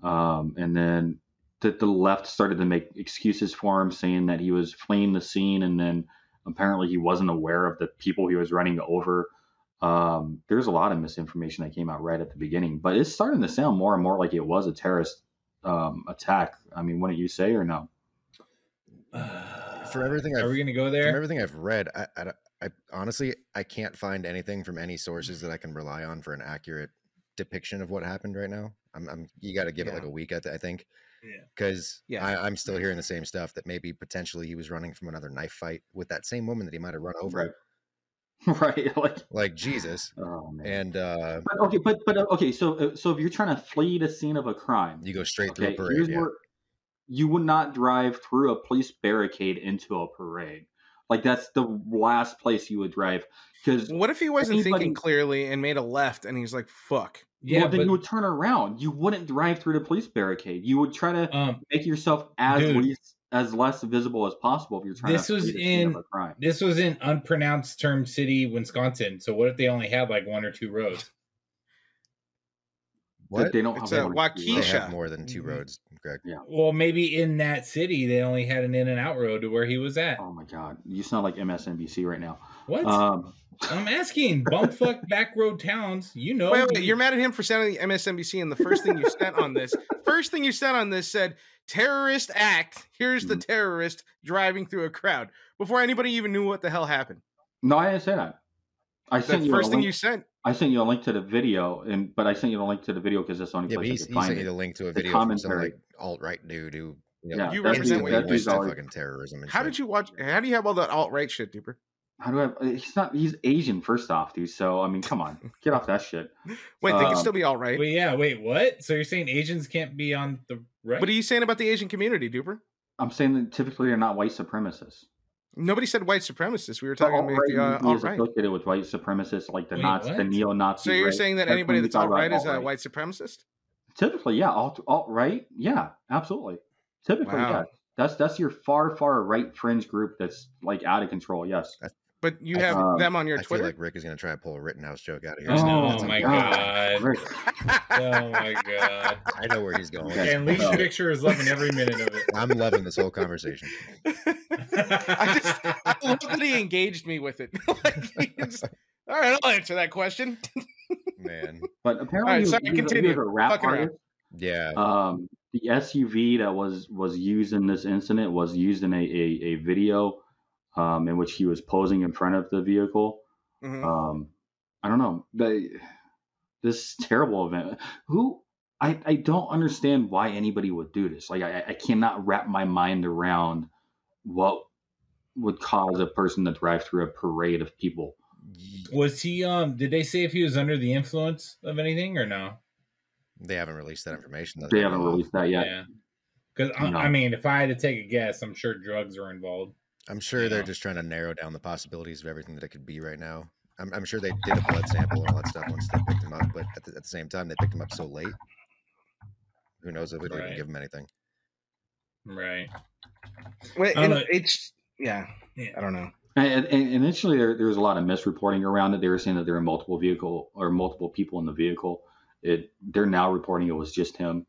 Speaker 7: Um, and then the, the left started to make excuses for him, saying that he was fleeing the scene. And then apparently he wasn't aware of the people he was running over. Um, there's a lot of misinformation that came out right at the beginning, but it's starting to sound more and more like it was a terrorist um, attack. I mean, wouldn't you say or no?
Speaker 3: uh,
Speaker 8: from everything I've
Speaker 3: are we gonna go
Speaker 8: from
Speaker 3: there?
Speaker 8: everything I've read, I, I, don't- I honestly I can't find anything from
Speaker 7: Mm.
Speaker 8: any sources that I can rely on for an accurate depiction of what happened right now. I'm, I'm you got to give it like
Speaker 5: Yeah.
Speaker 8: a week, I, th- I think,
Speaker 3: Yeah.
Speaker 8: because
Speaker 5: Yeah.
Speaker 8: I, I'm still hearing the same stuff that maybe potentially he was running from another knife fight with that same woman that he might have run over.
Speaker 7: Right. Right. Like,
Speaker 8: Like Jesus,
Speaker 7: oh man.
Speaker 8: and uh,
Speaker 7: but, okay, but but uh, okay. So uh, so if you're trying to flee the scene of a crime,
Speaker 8: you go straight through
Speaker 7: okay,
Speaker 8: a parade.
Speaker 7: here's
Speaker 8: yeah.
Speaker 7: where you would not drive through a police barricade into a parade. Like that's the last place you would drive because
Speaker 5: What if he wasn't thinking
Speaker 7: Anybody-
Speaker 5: clearly and made a left and he's like, fuck.
Speaker 3: Yeah,
Speaker 7: well, then
Speaker 3: but
Speaker 7: you would turn around. You wouldn't drive through the police barricade. You would try to
Speaker 3: um,
Speaker 7: make yourself as
Speaker 3: dude.
Speaker 7: least as less visible as possible if you're trying
Speaker 3: This
Speaker 7: to
Speaker 3: was
Speaker 7: flee the scene of
Speaker 3: in-
Speaker 7: a crime.
Speaker 3: this was in unpronounced term city, Wisconsin. So what if they only had like one or two roads?
Speaker 7: That
Speaker 8: What?
Speaker 7: They don't
Speaker 5: It's
Speaker 7: have
Speaker 5: a
Speaker 7: one or two
Speaker 8: They
Speaker 7: roads.
Speaker 5: Waukesha.
Speaker 8: have more than two
Speaker 7: Mm-hmm.
Speaker 3: Mhm.
Speaker 8: roads, Greg.
Speaker 3: Well, maybe in that city they only had an in and out road to where he was at.
Speaker 7: Oh my god, you sound like MSNBC right now.
Speaker 3: What?
Speaker 7: Um,
Speaker 3: I'm asking bumpfuck back road towns. You know,
Speaker 5: Wait, wait, you're mad at him for sounding the MSNBC, and the first thing you sent on this, first thing you sent on this said, terrorist act. Here's the
Speaker 7: Mhm.
Speaker 5: terrorist driving through a crowd before anybody even knew what the hell happened.
Speaker 7: no, I didn't say that. I
Speaker 5: The
Speaker 7: sent you a
Speaker 5: first thing
Speaker 7: link.
Speaker 5: you sent.
Speaker 7: I sent you a link to the video, and but I sent you the link to the video because that's the only
Speaker 8: Yeah, but
Speaker 7: place
Speaker 8: he,
Speaker 7: you
Speaker 8: he
Speaker 7: could find
Speaker 8: sent you
Speaker 7: it.
Speaker 8: the link to a
Speaker 7: The
Speaker 8: video from some
Speaker 7: commentary.
Speaker 8: like alt right dude who you
Speaker 7: Yeah,
Speaker 8: know,
Speaker 5: you
Speaker 7: that dude's-
Speaker 5: represent
Speaker 8: instantly
Speaker 5: what
Speaker 7: that dude's
Speaker 8: went to
Speaker 7: always-
Speaker 8: fucking terrorism. And
Speaker 5: How
Speaker 8: shit.
Speaker 5: did you watch? How do you have all that alt right shit, Duper?
Speaker 7: How do I? uh, He's not. He's Asian, first off, dude. So I mean, come on, get off that shit.
Speaker 5: Wait, they can
Speaker 7: Um,
Speaker 5: still be alt right.
Speaker 3: Wait, yeah, wait, what? So you're saying Asians can't be on the right?
Speaker 5: What are you saying about the Asian community, Duper?
Speaker 7: I'm saying that typically they're not white supremists.
Speaker 5: Nobody said white supremacists. We were
Speaker 7: The
Speaker 5: talking about
Speaker 7: alt-right
Speaker 5: the uh,
Speaker 7: usually
Speaker 5: alt
Speaker 7: is
Speaker 5: right.
Speaker 7: associated with white supremacists, like the
Speaker 3: Wait,
Speaker 7: Nazis, the
Speaker 3: what?
Speaker 7: neo-Nazis.
Speaker 5: So you're
Speaker 7: right?
Speaker 5: saying that
Speaker 7: That's
Speaker 5: anybody
Speaker 7: when we
Speaker 5: that's
Speaker 7: talk
Speaker 5: alt
Speaker 7: about
Speaker 5: right is a
Speaker 7: alt-right.
Speaker 5: white supremacist?
Speaker 7: Typically, yeah, alt alt right, yeah, absolutely. Typically,
Speaker 5: Wow.
Speaker 7: yeah, that's that's your far far right fringe group that's like out of control. Yes,
Speaker 5: But you
Speaker 8: I-
Speaker 5: have
Speaker 7: um,
Speaker 5: them on your
Speaker 8: I feel
Speaker 5: Twitter.
Speaker 8: like Rick is gonna try to pull a Rittenhouse joke out of here.
Speaker 3: Oh
Speaker 8: now. That's
Speaker 3: my
Speaker 8: okay.
Speaker 3: god.
Speaker 7: Rick,
Speaker 3: Oh my god.
Speaker 8: I know where he's going.
Speaker 7: Okay.
Speaker 3: And Lee's
Speaker 7: Well-
Speaker 3: picture is loving every minute of it.
Speaker 8: I'm loving this whole conversation.
Speaker 5: I just- I love that he engaged me with it. like, he just, all right, I'll answer that question.
Speaker 8: Man.
Speaker 7: But apparently,
Speaker 5: Alright,
Speaker 7: he was-
Speaker 5: sorry,
Speaker 7: he was a- he was
Speaker 5: continue.
Speaker 7: a rap
Speaker 5: Fucking rap.
Speaker 7: artist.
Speaker 8: Yeah.
Speaker 7: Um, the SUV that was was used in this incident was used in a a, a video um, in which he was posing in front of the vehicle.
Speaker 5: Mhm.
Speaker 7: Um, I don't know. They, this terrible event. Who? I, I don't understand why anybody would do this. Like I, I cannot wrap my mind around what would cause a person to drive through a parade of people.
Speaker 8: Ye-
Speaker 3: Was he um did they say if he was under the influence of anything or no?
Speaker 8: They haven't released that information. that
Speaker 7: They
Speaker 8: I
Speaker 7: haven't
Speaker 8: know of.
Speaker 7: released that yet.
Speaker 3: Yeah. Cuz
Speaker 7: No.
Speaker 3: I, I mean, if I had to take a guess, I'm sure drugs are involved.
Speaker 8: I'm sure they're
Speaker 3: Yeah.
Speaker 8: just trying to narrow down the possibilities of everything that it could be right now. I'm, I'm sure they did a blood sample and all that stuff once they picked him up, but at the, at the same time, they picked him up so late. Who knows if we didn't
Speaker 3: Right.
Speaker 8: give him anything?
Speaker 3: Right.
Speaker 5: Wait,
Speaker 3: I don't
Speaker 5: and
Speaker 3: know.
Speaker 5: it's yeah.
Speaker 3: Yeah.
Speaker 5: I don't know.
Speaker 7: And, and and initially, there, there was a lot of misreporting around it. They were saying that there were multiple vehicle or multiple people in the vehicle. It they're now reporting it was just him.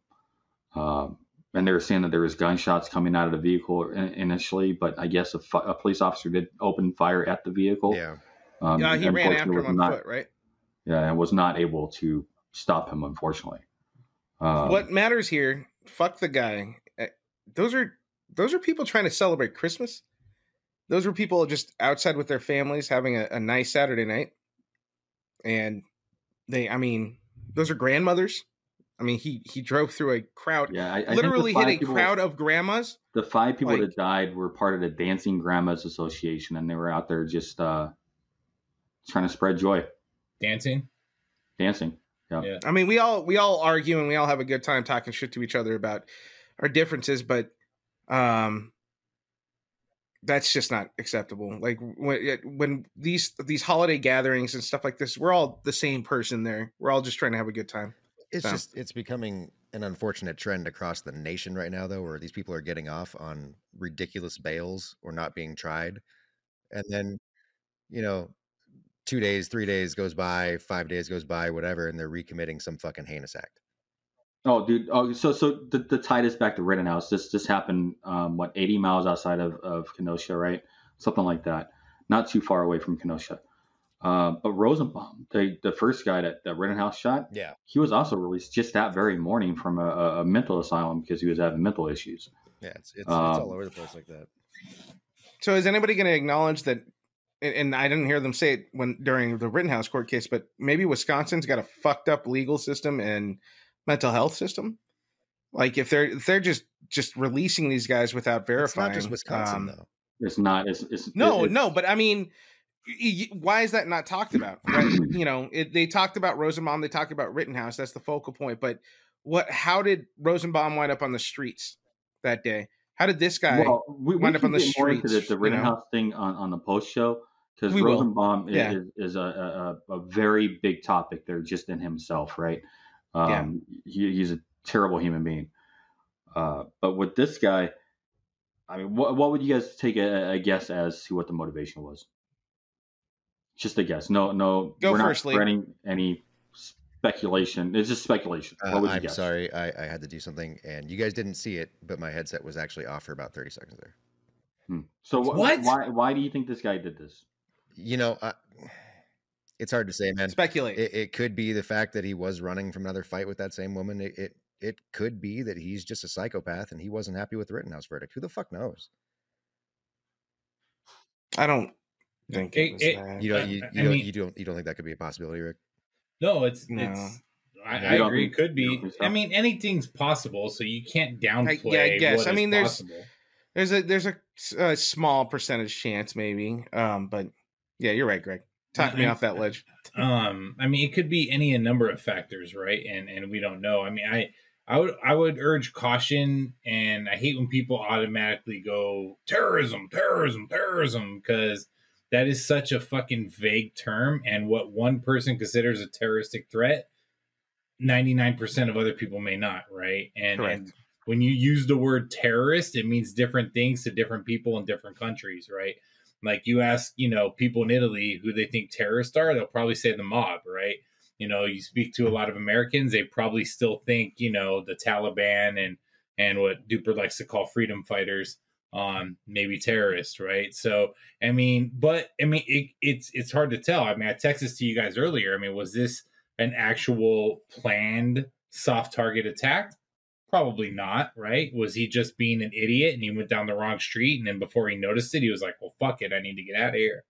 Speaker 7: Um, and they were saying that there was gunshots coming out of the vehicle in, initially, but I guess a, fi- a police officer did open fire at the vehicle.
Speaker 8: Yeah.
Speaker 7: Um,
Speaker 5: Yeah, he ran
Speaker 7: unfortunately,
Speaker 5: after
Speaker 7: was
Speaker 5: him on
Speaker 7: not,
Speaker 5: foot, right?
Speaker 7: Yeah, and was not able to stop him, unfortunately. Um,
Speaker 5: what matters here? Fuck the guy. Uh, Those are those are people trying to celebrate Christmas. Those were people just outside with their families having a, a nice Saturday night, and they. I mean, those are grandmothers. I mean, he he drove through a crowd,
Speaker 7: Yeah, I, I think the
Speaker 5: literally hit
Speaker 7: five
Speaker 5: a
Speaker 7: people-
Speaker 5: crowd of grandmas.
Speaker 7: The five people
Speaker 5: Like-
Speaker 7: that died were part of the Dancing Grandmas Association, and they were out there just uh, trying to spread joy,
Speaker 3: Dancing?
Speaker 7: dancing.
Speaker 5: I mean, we all we all argue and we all have a good time talking shit to each other about our differences, but um, that's just not acceptable. Like when it- when these these holiday gatherings and stuff like this, we're all the same person. There, we're all just trying to have a good time.
Speaker 8: It's
Speaker 5: So-
Speaker 8: just, it's becoming an unfortunate trend across the nation right now, though, where these people are getting off on ridiculous bails or not being tried. And then, you know, two days, three days goes by, five days goes by, whatever, and they're recommitting some fucking heinous act.
Speaker 7: Oh, dude. Oh, so so the, the tie this back to Rittenhouse. This this happened um, what eighty miles outside of, of Kenosha, right? Something like that. Not too far away from Kenosha. Uh, but Rosenbaum, the the first guy that that Rittenhouse shot,
Speaker 8: Yeah.
Speaker 7: he was also released just that very morning from a, a, a mental asylum because he was having mental issues.
Speaker 8: Yeah. It's, it's, it's
Speaker 7: Um,
Speaker 8: all over the place like that.
Speaker 5: So, is anybody going to acknowledge that? And, and I didn't hear them say it when during the Rittenhouse court case, but maybe Wisconsin's got a fucked up legal system and mental health system. Like if they're if they're just just releasing these guys without
Speaker 8: It's
Speaker 5: verifying,
Speaker 8: not just Wisconsin,
Speaker 5: um,
Speaker 8: though.
Speaker 7: It's not. It's, it's
Speaker 5: No,
Speaker 7: it's-
Speaker 5: no, but I mean, y- y- why is that not talked about? Right? you know, it, they talked about Rosenbaum, they talked about Rittenhouse. That's the focal point. But what? How did Rosenbaum wind up on the streets that day? How did this guy?
Speaker 7: well, we, we
Speaker 5: wind up
Speaker 7: can
Speaker 5: on the
Speaker 7: get more into the,
Speaker 5: streets,
Speaker 7: the
Speaker 5: you know?
Speaker 7: Rittenhouse thing on, on the post show because
Speaker 5: We will.
Speaker 7: Rosenbaum is,
Speaker 5: Yeah.
Speaker 7: is, is a, a, a- a very big topic there just in himself, right? Um, he, he's a terrible human being. Uh, but with this guy, I mean, what, what would you guys take a, a guess as to what the motivation was? Just a guess. No, no.
Speaker 5: Go
Speaker 7: we're not
Speaker 5: first, Lee.
Speaker 7: spreading any speculation. It's just speculation.
Speaker 8: Uh,
Speaker 7: what would you
Speaker 8: I'm
Speaker 7: guess?
Speaker 8: sorry, I, I had to do something, and you guys didn't see it, but my headset was actually off for about 30 seconds there.
Speaker 7: Hmm. So wh-
Speaker 3: What?
Speaker 7: Why? Why do you think this guy did this?
Speaker 8: You know, I, it's hard to say, man.
Speaker 5: speculate.
Speaker 8: It, it could be the fact that he was running from another fight with that same woman. It, it it could be that he's just a psychopath and he wasn't happy with the Rittenhouse verdict. Who the fuck knows?
Speaker 5: I don't think it,
Speaker 3: It-
Speaker 5: was
Speaker 3: it-
Speaker 5: that.
Speaker 8: You don't
Speaker 3: I-
Speaker 8: you,
Speaker 3: I
Speaker 8: you don't
Speaker 3: mean-
Speaker 8: you don't you don't think that could be a possibility, Rick?
Speaker 3: No, it's
Speaker 5: No.
Speaker 3: it's. I,
Speaker 7: You
Speaker 3: I
Speaker 7: don't
Speaker 3: agree.
Speaker 7: think-
Speaker 3: It could
Speaker 7: you
Speaker 3: be.
Speaker 7: don't think so?
Speaker 3: I mean, anything's possible, so you can't downplay.
Speaker 5: yeah, I guess.
Speaker 3: what
Speaker 5: I
Speaker 3: is
Speaker 5: mean, there's-
Speaker 3: possible.
Speaker 5: There's a there's a, s- a small percentage chance maybe. Um, but yeah, you're right, Greg. Talk me
Speaker 3: I-
Speaker 5: off that ledge.
Speaker 3: um i mean it could be any a number of factors right and and we don't know i mean i i would i would urge caution and i hate when people automatically go terrorism terrorism terrorism because that is such a fucking vague term and what one person considers a terroristic threat 99% of other people may not right and, and
Speaker 5: Correct.
Speaker 3: when you use the word terrorist it means different things to different people in different countries right like you ask, you know, people in Italy who they think terrorists are, they'll probably say the mob, right? You know, you speak to a lot of Americans, they probably still think, you know, the Taliban and and what Duper likes to call freedom fighters, um, maybe terrorists, right? So I mean, but I mean, it, it's it's hard to tell. I mean, I texted this to you guys earlier. I mean, was this an actual planned soft target attack? Probably not, right? Was he just being an idiot and he went down the wrong street? And then before he noticed it, he was like, "Well, fuck it, I need to get out of here."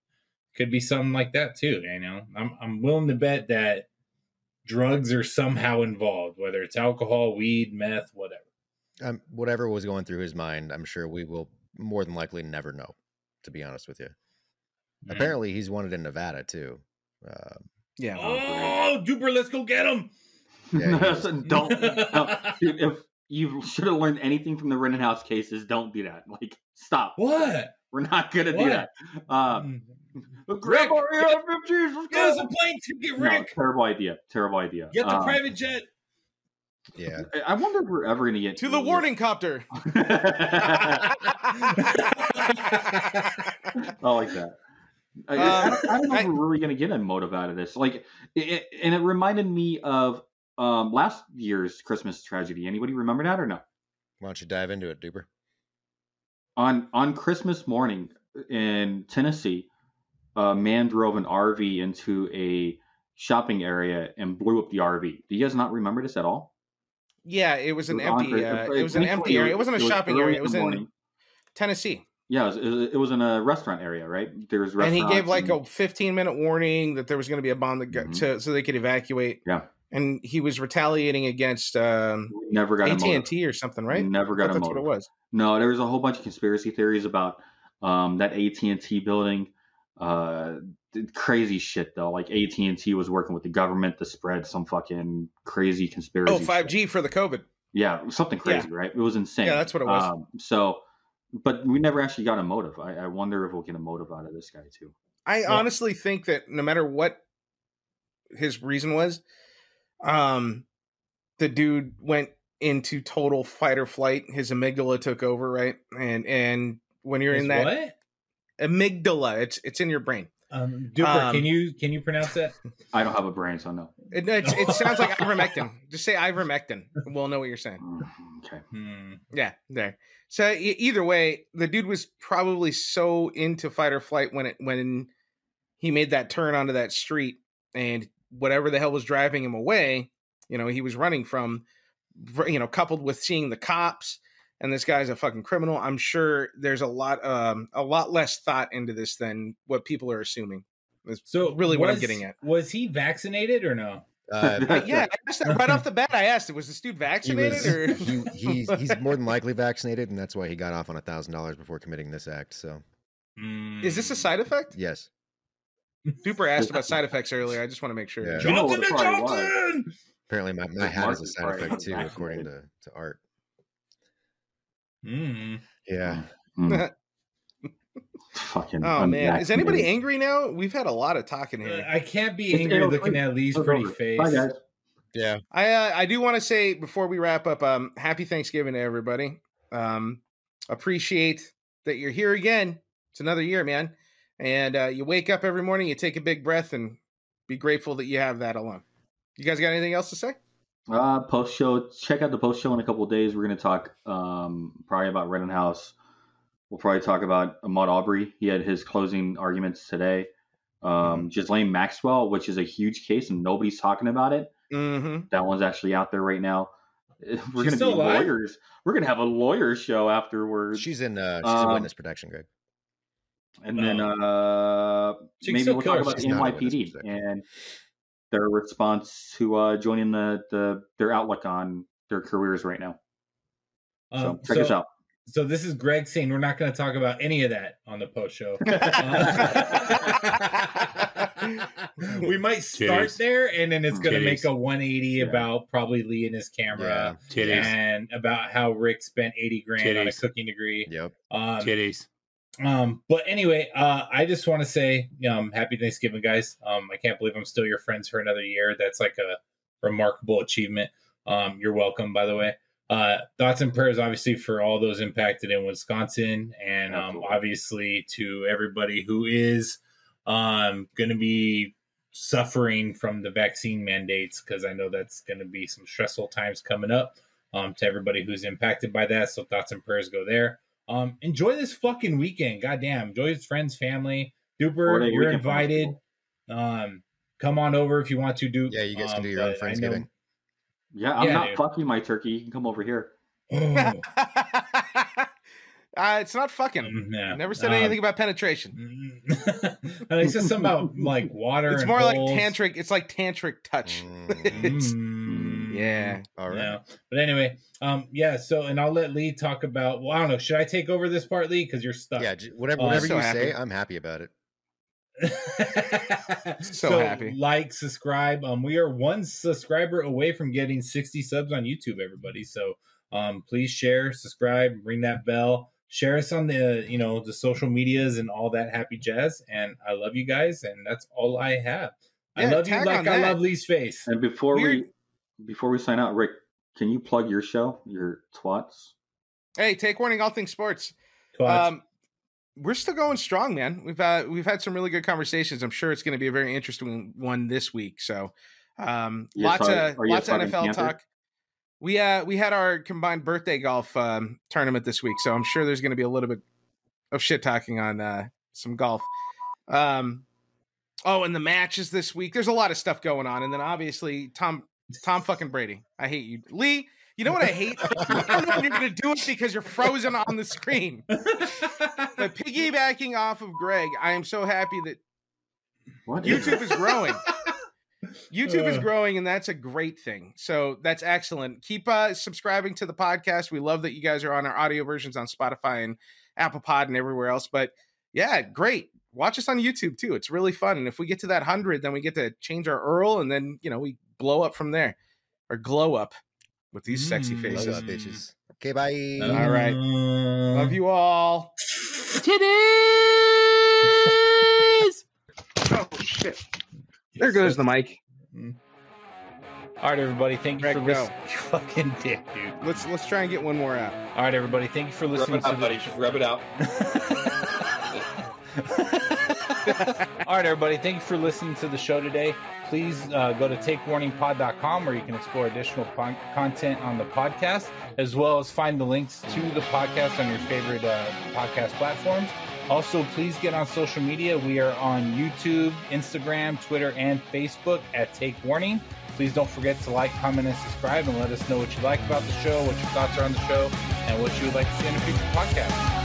Speaker 3: Could be something like that too. You know, I'm I'm willing to bet that drugs are somehow involved, whether it's alcohol, weed, meth, whatever.
Speaker 8: Um, whatever was going through his mind, I'm sure we will more than likely never know. To be honest with you,
Speaker 3: Mm-hmm.
Speaker 5: Mm-hmm.
Speaker 8: apparently he's wanted in Nevada too. Uh,
Speaker 5: Yeah.
Speaker 3: Oh, Duper, let's go get him!
Speaker 8: Yeah, you
Speaker 7: So don't. don't- dude, if you should have learned anything from the Rittenhouse case, is don't do that. Like, stop.
Speaker 3: What?
Speaker 7: We're not gonna do
Speaker 3: What?
Speaker 7: that. Um,
Speaker 3: Mm.
Speaker 7: grab our
Speaker 3: get-
Speaker 7: AR-15s, let's
Speaker 3: Get us
Speaker 7: go.
Speaker 3: a plane ticket,
Speaker 7: No,
Speaker 3: Rick.
Speaker 7: terrible idea. Terrible idea.
Speaker 3: Get the
Speaker 7: Um,
Speaker 3: private jet.
Speaker 8: yeah,
Speaker 7: I- I wonder if we're ever gonna get
Speaker 5: To the warning copter.
Speaker 7: I like that. I, I,
Speaker 5: Um,
Speaker 7: I don't know if
Speaker 5: I-
Speaker 7: we're really gonna get a motive out of this. Like, it, it, and it reminded me of um, last year's Christmas tragedy. Anybody remember that or no?
Speaker 8: why don't you dive into it, Duper?
Speaker 7: on on Christmas morning uh, in Tennessee, a man drove an RV into a shopping area and blew up the RV. Do you guys not remember this at all?
Speaker 5: Yeah, it was an
Speaker 7: It was on
Speaker 5: empty.
Speaker 7: Christmas-
Speaker 5: Uh, it was an empty area. It wasn't a shopping
Speaker 7: early
Speaker 5: area.
Speaker 7: in
Speaker 5: It was
Speaker 7: the
Speaker 5: in
Speaker 7: morning.
Speaker 5: Tennessee,
Speaker 7: Yeah, it was, it was- it was in a restaurant area, right? There was
Speaker 5: and he gave
Speaker 7: restaurants
Speaker 5: like
Speaker 7: and-
Speaker 5: a 15 minute warning that there was going to be a bomb that got
Speaker 7: Mhm.
Speaker 5: to, so they could evacuate.
Speaker 7: Yeah.
Speaker 5: and he was retaliating against um,
Speaker 7: We never got
Speaker 5: AT
Speaker 7: a motive.
Speaker 5: and T or something, right?
Speaker 7: We Never
Speaker 5: I
Speaker 7: got
Speaker 5: thought
Speaker 7: a
Speaker 5: that's what
Speaker 7: motive.
Speaker 5: it was.
Speaker 7: No, there was a whole bunch of conspiracy theories about um, that AT and T building. Uh, th- crazy shit though. Like AT and T was working with the government to spread some fucking crazy conspiracy.
Speaker 5: Oh,
Speaker 7: shit.
Speaker 5: 5G for the COVID.
Speaker 7: Yeah, something
Speaker 5: Yeah.
Speaker 7: crazy, right? It was insane.
Speaker 5: Yeah, that's what it was.
Speaker 7: Um, so, but we never actually got a motive. I, I wonder if we'll get a motive out of this guy too.
Speaker 5: I
Speaker 3: Well-
Speaker 5: honestly think that no matter what his reason was, um, the dude went into total fight or flight. His amygdala took over, right? And and when you're in
Speaker 3: Is
Speaker 5: that
Speaker 3: What?
Speaker 5: amygdala, it's it's in your brain.
Speaker 3: Um, Duper,
Speaker 5: Um,
Speaker 3: can you can you pronounce that?
Speaker 7: I don't have a brain, so no.
Speaker 5: It, it's, it sounds like ivermectin. Just say ivermectin. We'll know what you're saying.
Speaker 7: Mm, Okay.
Speaker 3: Hmm.
Speaker 5: Yeah, there. So e- either way, the dude was probably so into fight or flight when it when he made that turn onto that street and whatever the hell was driving him away, you know, he was running from, v- you know, coupled with seeing the cops and this guy's a fucking criminal. I'm sure there's a lot um a lot less thought into this than what people are assuming. Is
Speaker 3: So
Speaker 5: really what I'm
Speaker 3: was-
Speaker 5: getting at.
Speaker 3: Was he vaccinated or no?
Speaker 8: Uh,
Speaker 5: Uh, yeah, I asked that right off the bat. I asked, was this dude
Speaker 8: he
Speaker 5: vaccinated
Speaker 8: was,
Speaker 5: or
Speaker 8: he, he's, he's more than likely vaccinated, and that's why he got off on a thousand dollars before committing this act. So
Speaker 7: Hmm.
Speaker 5: is this a side effect?
Speaker 8: yes,
Speaker 5: Super asked about side effects earlier. I just want to make sure.
Speaker 8: Yeah.
Speaker 7: Johnson
Speaker 3: Johnson
Speaker 7: and
Speaker 3: and
Speaker 7: Johnson!
Speaker 3: Johnson?
Speaker 8: apparently my, my
Speaker 7: Mark
Speaker 8: hat is a
Speaker 7: is
Speaker 8: side
Speaker 7: probably
Speaker 8: effect too, according
Speaker 7: vaccinated.
Speaker 8: to, to Art.
Speaker 3: Mm.
Speaker 7: Hmm.
Speaker 5: Mm-hmm.
Speaker 8: Yeah.
Speaker 7: Mm. Fucking.
Speaker 5: Oh
Speaker 7: I'm
Speaker 5: man, is anybody
Speaker 7: vaccinated.
Speaker 5: angry now? We've had a lot of talking here.
Speaker 3: Uh, I can't be
Speaker 7: It's
Speaker 3: angry
Speaker 7: Errol
Speaker 3: looking
Speaker 7: Flynn.
Speaker 3: at Lee's
Speaker 7: Over.
Speaker 3: pretty
Speaker 7: Bye,
Speaker 3: face.
Speaker 7: guys.
Speaker 8: Yeah.
Speaker 5: I uh, I do want to say before we wrap up, um, happy Thanksgiving to everybody. Um, appreciate that you're here again. It's another year, man, and uh, you wake up every morning, you take a big breath, and be grateful that you have that alone. You guys got anything else to say?
Speaker 7: Uh, post show. Check out the post show in a couple of days. We're gonna talk um, probably about Redden House. We'll probably talk about Ahmad Aubrey. He had his closing arguments today.
Speaker 3: Mm-hmm.
Speaker 7: Um, Ghislaine Maxwell, which is a huge case and nobody's talking about it.
Speaker 5: Mm-hmm.
Speaker 7: That one's actually out there right now. We're gonna be
Speaker 3: still alive?
Speaker 7: lawyers. We're gonna have a lawyer show afterwards,
Speaker 8: She's in uh she's in
Speaker 7: Um,
Speaker 8: witness protection, Greg.
Speaker 7: and then
Speaker 3: Oh.
Speaker 7: uh,
Speaker 3: She can
Speaker 7: maybe
Speaker 3: still
Speaker 7: we'll
Speaker 3: coach.
Speaker 7: talk about the
Speaker 8: She's not a witness
Speaker 7: NYPD
Speaker 8: protection.
Speaker 7: and their response to uh, joining the, the their outlook on their careers right now. So
Speaker 3: Um,
Speaker 7: check us out.
Speaker 3: So this is Greg saying we're not going to talk about any of that on the post show. Uh, we might start
Speaker 9: Titties.
Speaker 3: there, and then it's going to make
Speaker 9: Titties.
Speaker 3: a 180 about probably Lee and his camera,
Speaker 9: Titties.
Speaker 3: and about how Rick spent 80 grand on a
Speaker 9: Titties.
Speaker 3: cooking degree.
Speaker 8: Yep.
Speaker 3: Um,
Speaker 9: Titties.
Speaker 3: um, but anyway, uh, I just want to say um, happy Thanksgiving, guys. Um, I can't believe I'm still your friends for another year. That's like a remarkable achievement. Um, you're welcome, by the way. Uh, thoughts and prayers, obviously, for all those impacted in Wisconsin, and um,
Speaker 7: Absolutely.
Speaker 3: obviously to everybody who is um, going to be suffering from the vaccine mandates, because I know that's going to be some stressful times coming up um, to everybody who's impacted by that. So thoughts and prayers go there. Um, enjoy this fucking weekend. Goddamn. Enjoy his friends, family.
Speaker 7: Four-day
Speaker 3: Duper, you're
Speaker 7: weekend for most
Speaker 3: invited.
Speaker 7: people.
Speaker 3: Um, come on over if you want to do.
Speaker 8: Yeah, you guys
Speaker 3: um,
Speaker 8: can do your own
Speaker 3: but I know-
Speaker 8: Friendsgiving.
Speaker 7: Yeah, I'm
Speaker 3: Yeah,
Speaker 7: not
Speaker 3: dude.
Speaker 7: fucking my turkey. You can come over here.
Speaker 3: Oh,
Speaker 5: uh, it's not fucking.
Speaker 3: um, yeah.
Speaker 5: Never said
Speaker 3: Um,
Speaker 5: anything about penetration.
Speaker 3: mm. And it's just something about like water.
Speaker 5: It's
Speaker 3: and
Speaker 5: more like
Speaker 3: holes.
Speaker 5: tantric. It's like tantric touch.
Speaker 8: Mm,
Speaker 5: It's-
Speaker 3: Mm.
Speaker 5: Yeah.
Speaker 8: all right.
Speaker 3: No. But anyway, um, yeah. So, and I'll let Lee talk about. Well, I don't know. Should I take over this part, Lee? Because you're stuck.
Speaker 8: Yeah, j- whatever
Speaker 3: Oh, I'm
Speaker 8: whatever
Speaker 5: so
Speaker 8: you
Speaker 5: happy.
Speaker 8: say, I'm happy about it.
Speaker 3: so,
Speaker 5: happy.
Speaker 3: Like, subscribe. Um, we are one subscriber away from getting 60 subs on YouTube, everybody. So um please share, subscribe, ring that bell, share us on the you know the social medias and all that happy jazz. And I love you guys, and that's all I have. I
Speaker 5: Yeah,
Speaker 3: love you
Speaker 5: tag
Speaker 3: like
Speaker 5: on
Speaker 3: I
Speaker 5: that.
Speaker 3: love Lee's face.
Speaker 7: And before
Speaker 5: Weird.
Speaker 7: we before we sign out, Rick, can you plug your show, your twats?
Speaker 5: Hey, take warning, all things sports.
Speaker 3: Twats.
Speaker 5: Um, we're still going strong, man. We've uh, we've had some really good conversations. I'm sure it's going to be a very interesting one this week. So, um,
Speaker 7: You
Speaker 5: lots
Speaker 7: saw-
Speaker 5: of
Speaker 7: are you
Speaker 5: lots of
Speaker 7: fucking
Speaker 5: NFL
Speaker 7: panther?
Speaker 5: talk. We uh we had our combined birthday golf um, tournament this week, so I'm sure there's going to be a little bit of shit talking on uh, some golf. Um, oh, and the matches this week. There's a lot of stuff going on, and then obviously Tom Tom fucking Brady. I hate you, Lee. You know what I hate? I don't know if you're going to do it because you're frozen on the screen. But piggybacking off of Greg, I am so happy that
Speaker 7: What is
Speaker 5: YouTube is growing. YouTube is
Speaker 3: Uh.
Speaker 5: growing, and that's a great thing. So that's excellent. Keep uh, subscribing to the podcast. We love that you guys are on our audio versions on Spotify and Apple Pod and everywhere else. But yeah, great. Watch us on YouTube too. It's really fun. And if we get to that hundred, then we get to change our Earl, and then you know we blow up from there or glow up with these sexy
Speaker 3: Mm,
Speaker 8: Love
Speaker 5: faces.
Speaker 8: y'all bitches. Okay, bye.
Speaker 5: all right.
Speaker 3: Um,
Speaker 5: Love you all. Oh shit! There goes the mic.
Speaker 3: All right, everybody. Thank you
Speaker 5: Greg,
Speaker 3: for
Speaker 5: go.
Speaker 3: listening. Fucking dick, dude.
Speaker 5: Let's let's try and get one more out.
Speaker 3: All right, everybody. Thank you for
Speaker 9: Rub
Speaker 3: listening
Speaker 9: it
Speaker 3: to
Speaker 9: out,
Speaker 3: the
Speaker 9: buddy. Just rub it out.
Speaker 3: All right, everybody. Thank you for listening to the show today. Please uh, go to takewarningpod.com where you can explore additional pon- content on the podcast, as well as find the links to the podcast on your favorite uh, podcast platforms. Also, please get on social media. We are on YouTube, Instagram, Twitter, and Facebook at Take Warning. Please don't forget to like, comment, and subscribe, and let us know what you like about the show, what your thoughts are on the show, and what you would like to see in a future podcast.